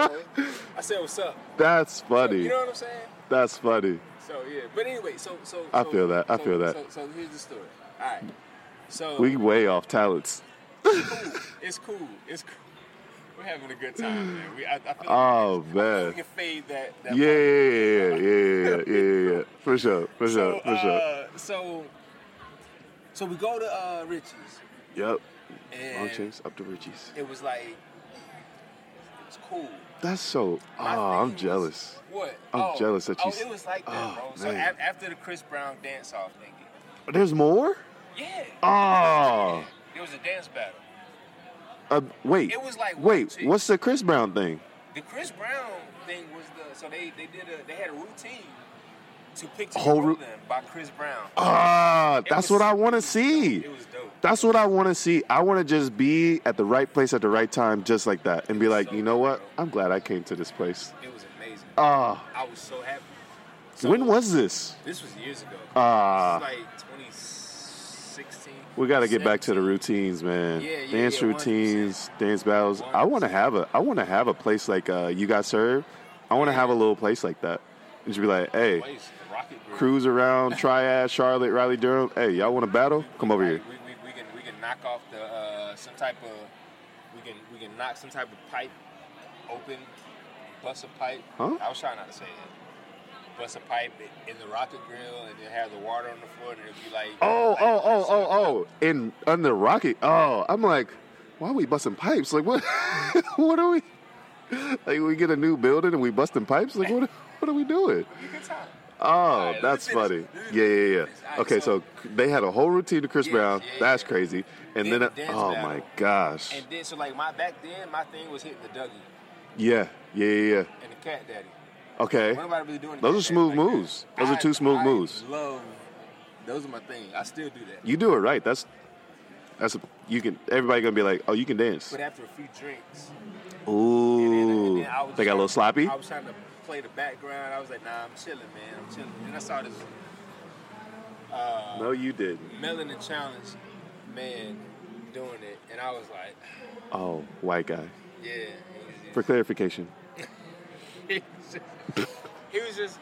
S1: I said what's up.
S3: that's
S1: You
S3: funny.
S1: know what I'm saying?
S3: That's funny."
S1: So yeah. But anyway, so so.
S3: I
S1: so-
S3: feel that. I
S1: so-
S3: feel that.
S1: So, so here's the story. All right. So
S3: We way off talents.
S1: it's cool. It's cool. We're having a good time, man. We, I, I feel like
S3: Oh
S1: we
S3: man.
S1: can fade that. that
S3: Yeah, yeah, yeah, yeah, yeah, yeah, yeah, yeah. For sure, for
S1: So,
S3: sure, for sure.
S1: uh, so, so we go to uh, Richie's,
S3: Yep. Long
S1: and
S3: chase up to Richie's.
S1: it was like it's cool.
S3: That's so. Oh,
S1: My thing
S3: I'm
S1: was-
S3: jealous.
S1: What?
S3: I'm
S1: oh,
S3: jealous that
S1: oh,
S3: you-
S1: it was like that,
S3: Oh,
S1: bro. So
S3: man.
S1: af- after the Chris Brown dance off thingy,
S3: There's more.
S1: yeah,
S3: Oh.
S1: there was a dance battle.
S3: Uh, wait.
S1: It was like one
S3: Wait.
S1: chick.
S3: What's the Chris Brown thing?
S1: The Chris Brown thing was the so they they did a they had a routine to picture
S3: Whole ru-
S1: Rolling by Chris Brown.
S3: Ah,
S1: It
S3: that's
S1: was-
S3: what I want to see.
S1: It was dope.
S3: That's what I want to see. I want to just be at the right place at the right time, just like that, and be like,
S1: So
S3: you know what?
S1: dope.
S3: I'm glad I came to this place.
S1: It was amazing.
S3: Ah,
S1: I was so happy. So-
S3: when was this?
S1: This was years ago.
S3: Ah.
S1: This was like 2016.
S3: We got to get back to the
S1: 17.
S3: routines, man.
S1: Yeah, yeah,
S3: dance
S1: yeah, 100%.
S3: routines, dance battles. I want to have a. I want to have a place like uh, you got served. I want to have a little place like that, and just be like, hey,
S1: Place, the Rocket Group.
S3: cruise around Triad, Charlotte, Raleigh, Durham. Hey, y'all want to battle? Come over here.
S1: We, we, we can we can knock off the uh, some type of we can we can knock some type of pipe open, bust a pipe.
S3: Huh?
S1: I was trying not to say that. Bust a pipe in the Rocket Grill and then have the water on the floor and it'd be like
S3: Oh,
S1: like-
S3: oh, oh, oh, oh! In under rocket. Oh, I'm like, why are we busting pipes? Like what? what are we? Like we get a new building and we busting pipes? Like what? What are we doing?
S1: Good time.
S3: Oh,
S1: right, let me
S3: that's
S1: finish.
S3: funny.
S1: Let me
S3: Yeah, yeah, yeah.
S1: finish. All right,
S3: okay,
S1: so-
S3: so, they had a whole routine to Chris
S1: Yeah,
S3: Brown.
S1: yeah,
S3: that's
S1: yeah.
S3: crazy. And
S1: Then
S3: then,
S1: the
S3: I-
S1: dance
S3: oh
S1: battle.
S3: my gosh.
S1: And then so like my back then my thing was hitting the Dougie
S3: yeah, yeah, yeah. yeah.
S1: and the Cat Daddy.
S3: Okay.
S1: Wasn't nobody really doing the
S3: Those
S1: Cat
S3: are
S1: Daddy
S3: smooth
S1: like that.
S3: moves. Those are
S1: I-
S3: two smooth
S1: I
S3: moves.
S1: Love. Those are my thing. I still do that.
S3: You do it right. That's that's a, you can. Everybody gonna be like, oh, you can dance.
S1: But after a few drinks, And then- and
S3: Ooh,
S1: then I was
S3: they got a little
S1: trying-
S3: sloppy.
S1: I was trying to play the background. I was like, nah, I'm chilling, man. I'm chilling. Then I saw this
S3: No, you didn't.
S1: Melanin Challenge man doing it, and I was like,
S3: Oh, white guy.
S1: yeah. He
S3: For
S1: was
S3: clarification,
S1: just, he was just- he was just-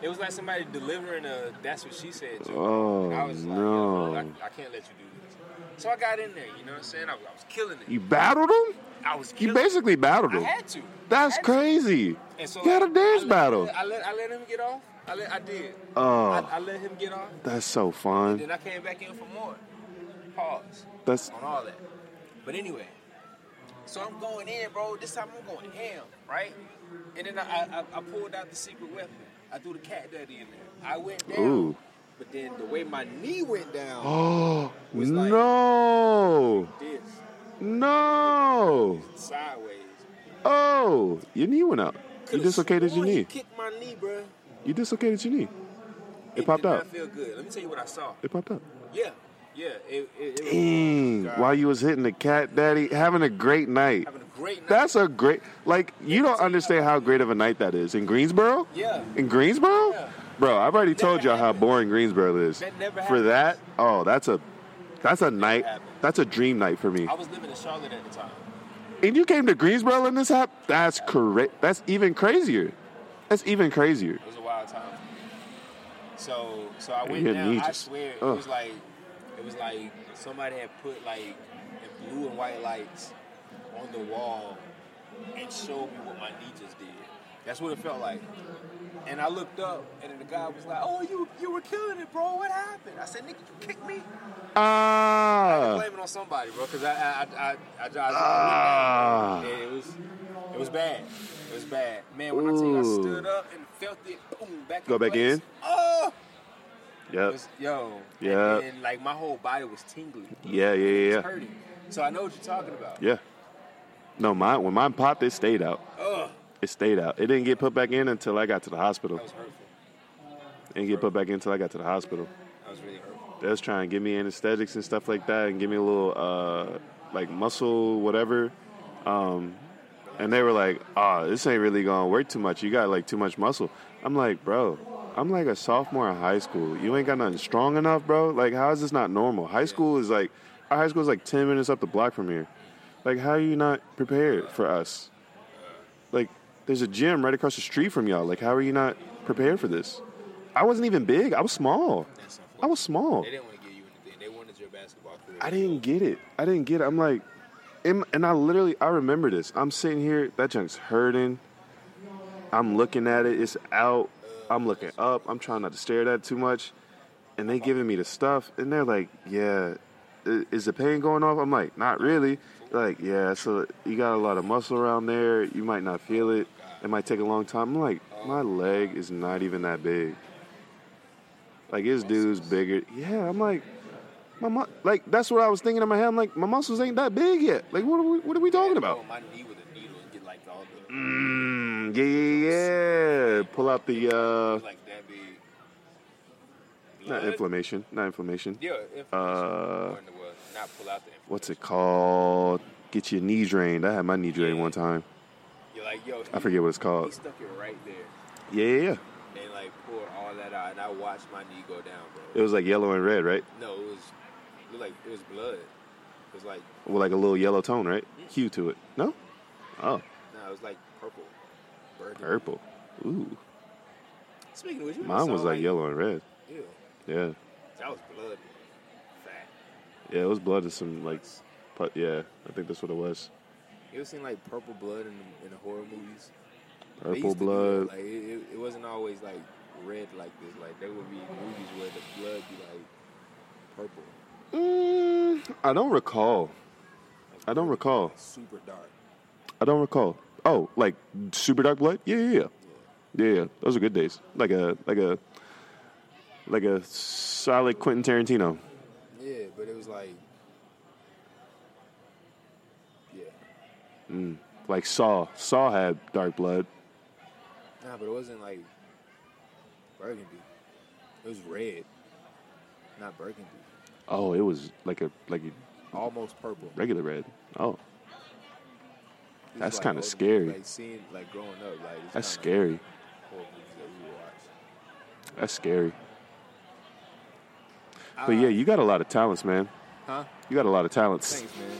S1: it was like somebody delivering a that's what she said to
S3: Oh,
S1: and I was like,
S3: no.
S1: yo, I, I can't let you do this. So I got in there, you know what I'm saying? I was, I was killing it.
S3: you battled him.
S1: I was
S3: You
S1: killing it.
S3: basically battled
S1: I
S3: him.
S1: had to. I
S3: That's
S1: had to.
S3: crazy.
S1: And so
S3: You had a
S1: I-
S3: dance
S1: I let-
S3: battle.
S1: I let, I let him get off. I let I did. I,
S3: Oh,
S1: I let him get off.
S3: that's so fun.
S1: Then I came back in for more. Pause
S3: That's
S1: on all that. But anyway, so I'm going in, bro. This time I'm going ham, right? And then I, I, I pulled out the secret weapon. I threw the cat daddy in there. I went down.
S3: Ooh.
S1: But then the way my knee went down,
S3: oh
S1: was like-
S3: no,
S1: this
S3: no.
S1: sideways.
S3: Oh, your knee went out. You
S1: Could've
S3: dislocated your
S1: sworn he
S3: knee.
S1: Kicked my knee, bro.
S3: You dislocated your knee. It popped
S1: did not
S3: out.
S1: feel good. Let me tell you what I saw.
S3: It popped out.
S1: Yeah, yeah. It, it, it was-
S3: Dang,
S1: God.
S3: while you was hitting the cat daddy, having a great night.
S1: having a great night.
S3: That's a great. Like you don't understand how great of a night that is in Greensboro.
S1: Yeah.
S3: In Greensboro,
S1: Yeah.
S3: bro. I've already told
S1: Never
S3: y'all how
S1: happened.
S3: boring Greensboro is.
S1: That never
S3: for that,
S1: happens.
S3: oh, that's a, that's a night.
S1: happened.
S3: That's a dream night for me.
S1: I was living in Charlotte at the time.
S3: And you came to Greensboro and this happened. That's correct. That's even crazier. That's even crazier.
S1: It was a wild time. So so I went
S3: your
S1: down.
S3: knee
S1: I
S3: just- uh.
S1: swear it
S3: ugh.
S1: was like it was like somebody had put like in blue and white lights on the wall and showed me what my knee just did. That's what it felt like. And I looked up and then the guy was like, "Oh, you you were killing it, bro. What happened?" I said, "Nigga, you kicked me."
S3: Ah,
S1: Blame it on somebody, bro, because I I I I, I, I,
S3: Ah.
S1: I yeah, it was it was bad. It was bad, man. When I tell you, I
S3: Ooh.
S1: stood up and felt it, boom, back.
S3: Go
S1: in
S3: back
S1: place.
S3: in?
S1: Oh, it
S3: yep.
S1: was, yo,
S3: Yeah.
S1: And, then, like my whole body was tingling,
S3: Yeah, yeah, yeah,
S1: it was
S3: yeah.
S1: hurting. So I know what you're talking about.
S3: Yeah. No, mine when mine popped, it stayed out.
S1: Ugh,
S3: It stayed out. It didn't get put back in until I got to the hospital.
S1: that was hurtful.
S3: It didn't get put back in until I got to the hospital.
S1: That was really hurtful.
S3: They was trying to give me anesthetics and stuff like that, and give me a little uh, like muscle whatever Um, and they were like, "Ah, this ain't really gonna work too much. You got like too much muscle." I'm like, "Bro, I'm like a sophomore in high school. You ain't got nothing strong enough, bro. Like, how is this not normal? High school is like, our high school is like ten minutes up the block from here. Like, how are you not prepared for us? Like, there's a gym right across the street from y'all. Like, how are you not prepared for this? I wasn't even big. I was small.
S1: That's unfortunate.
S3: I was small.
S1: They didn't want to give you anything. They wanted your basketball career.
S3: I didn't get it. I didn't get it. I'm like, and, and I literally, I remember this. I'm sitting here, that junk's hurting. I'm looking at it, it's out. I'm looking up. I'm trying not to stare at it too much. And they giving me the stuff, and they're like, yeah, i- is the pain going off? I'm like, not really. They're like, yeah, so you got a lot of muscle around there. You might not feel it. It might take a long time. I'm like, my leg is not even that big. Like, his dude's bigger. Yeah, I'm like, my mu- like that's what I was thinking in my head. I'm like, my muscles ain't that big yet. Like, what are we, what are we talking about?
S1: Oh, my knee with a needle and get like all the
S3: Mm, yeah, yeah, yeah. Pull out the uh,
S1: like that big.
S3: not
S1: Blood?
S3: inflammation, not inflammation.
S1: Yeah, inflammation.
S3: Uh,
S1: Or in the world, not pull out the inflammation.
S3: What's it called? Get your knee drained. I had my knee drained one time.
S1: You're like, yo,
S3: I forget what it's
S1: He
S3: called.
S1: stuck it right there
S3: Yeah, yeah, yeah.
S1: and like poured all that out, and I watched my knee go down,
S3: It
S1: bro.
S3: was like yellow and red, right?
S1: no, it was it looked like it was blood. It was like
S3: With like a little yellow tone, right? Hue to it. No? Oh,
S1: no, it was like purple. Burgundy.
S3: purple. Ooh,
S1: Speaking of which, you know,
S3: mine
S1: it
S3: was
S1: sound
S3: like yellow and red.
S1: Ew,
S3: Yeah,
S1: that was blood. Fat.
S3: yeah. It was blood and some like, put. Yeah, I think that's what it was.
S1: You ever seen like purple blood in the, in the horror movies? They
S3: Purple
S1: used to do
S3: blood.
S1: that, Like it, it, it wasn't always like red like this. Like there would be movies where the blood be like purple,
S3: Mm, I don't recall. I don't recall.
S1: super dark.
S3: I don't recall. Oh, like super dark blood? Yeah, yeah, yeah, yeah. yeah. Those are good days. Like a like a like a solid Quentin Tarantino.
S1: Yeah, but it was like, yeah,
S3: Like Saw. Saw had dark blood.
S1: nah, but it wasn't like burgundy. It was red, not burgundy.
S3: Oh, it was like a like a
S1: Almost purple.
S3: regular red. Oh,
S1: It was,
S3: That's
S1: like,
S3: kinda
S1: old-
S3: scary.
S1: Like seeing, like growing up, like it's
S3: that's
S1: kinda
S3: scary.
S1: horror movies that we watch.
S3: That's scary. But
S1: Ah,
S3: yeah, you got a lot of talents, man.
S1: huh?
S3: You got a lot of talents.
S1: Thanks, man.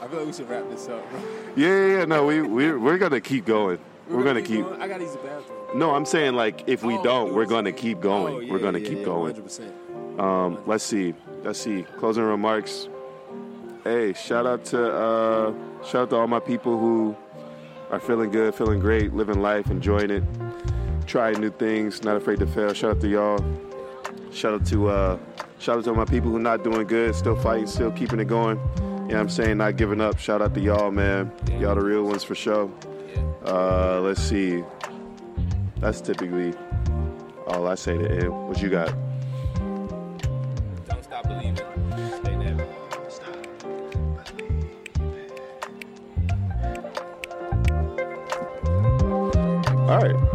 S1: I feel like we should wrap this up. Bro.
S3: Yeah, yeah, yeah. No, we we're, we're gonna keep going. We're, gonna keep.
S1: going. I gotta use the bathroom.
S3: No, I'm saying like if we
S1: Oh,
S3: don't,
S1: dude,
S3: we're
S1: it's
S3: gonna
S1: like-
S3: keep going.
S1: Oh, yeah,
S3: we're gonna
S1: yeah,
S3: keep
S1: yeah,
S3: going.
S1: 100%.
S3: Um, let's see. Let's see. Closing remarks. Hey, shout out to uh, shout out to all my people who are feeling good, feeling great, living life, enjoying it, trying new things, not afraid to fail. Shout out to y'all. Shout out to uh, shout out to my people who not doing good, still fighting, still keeping it going. You know what I'm saying? Not giving up. Shout out to y'all, man. Y'all the real ones for sure. Uh, let's see. That's typically all I say to end. What you got?
S1: Don't stop believing. They never stop.
S3: All right. Uh,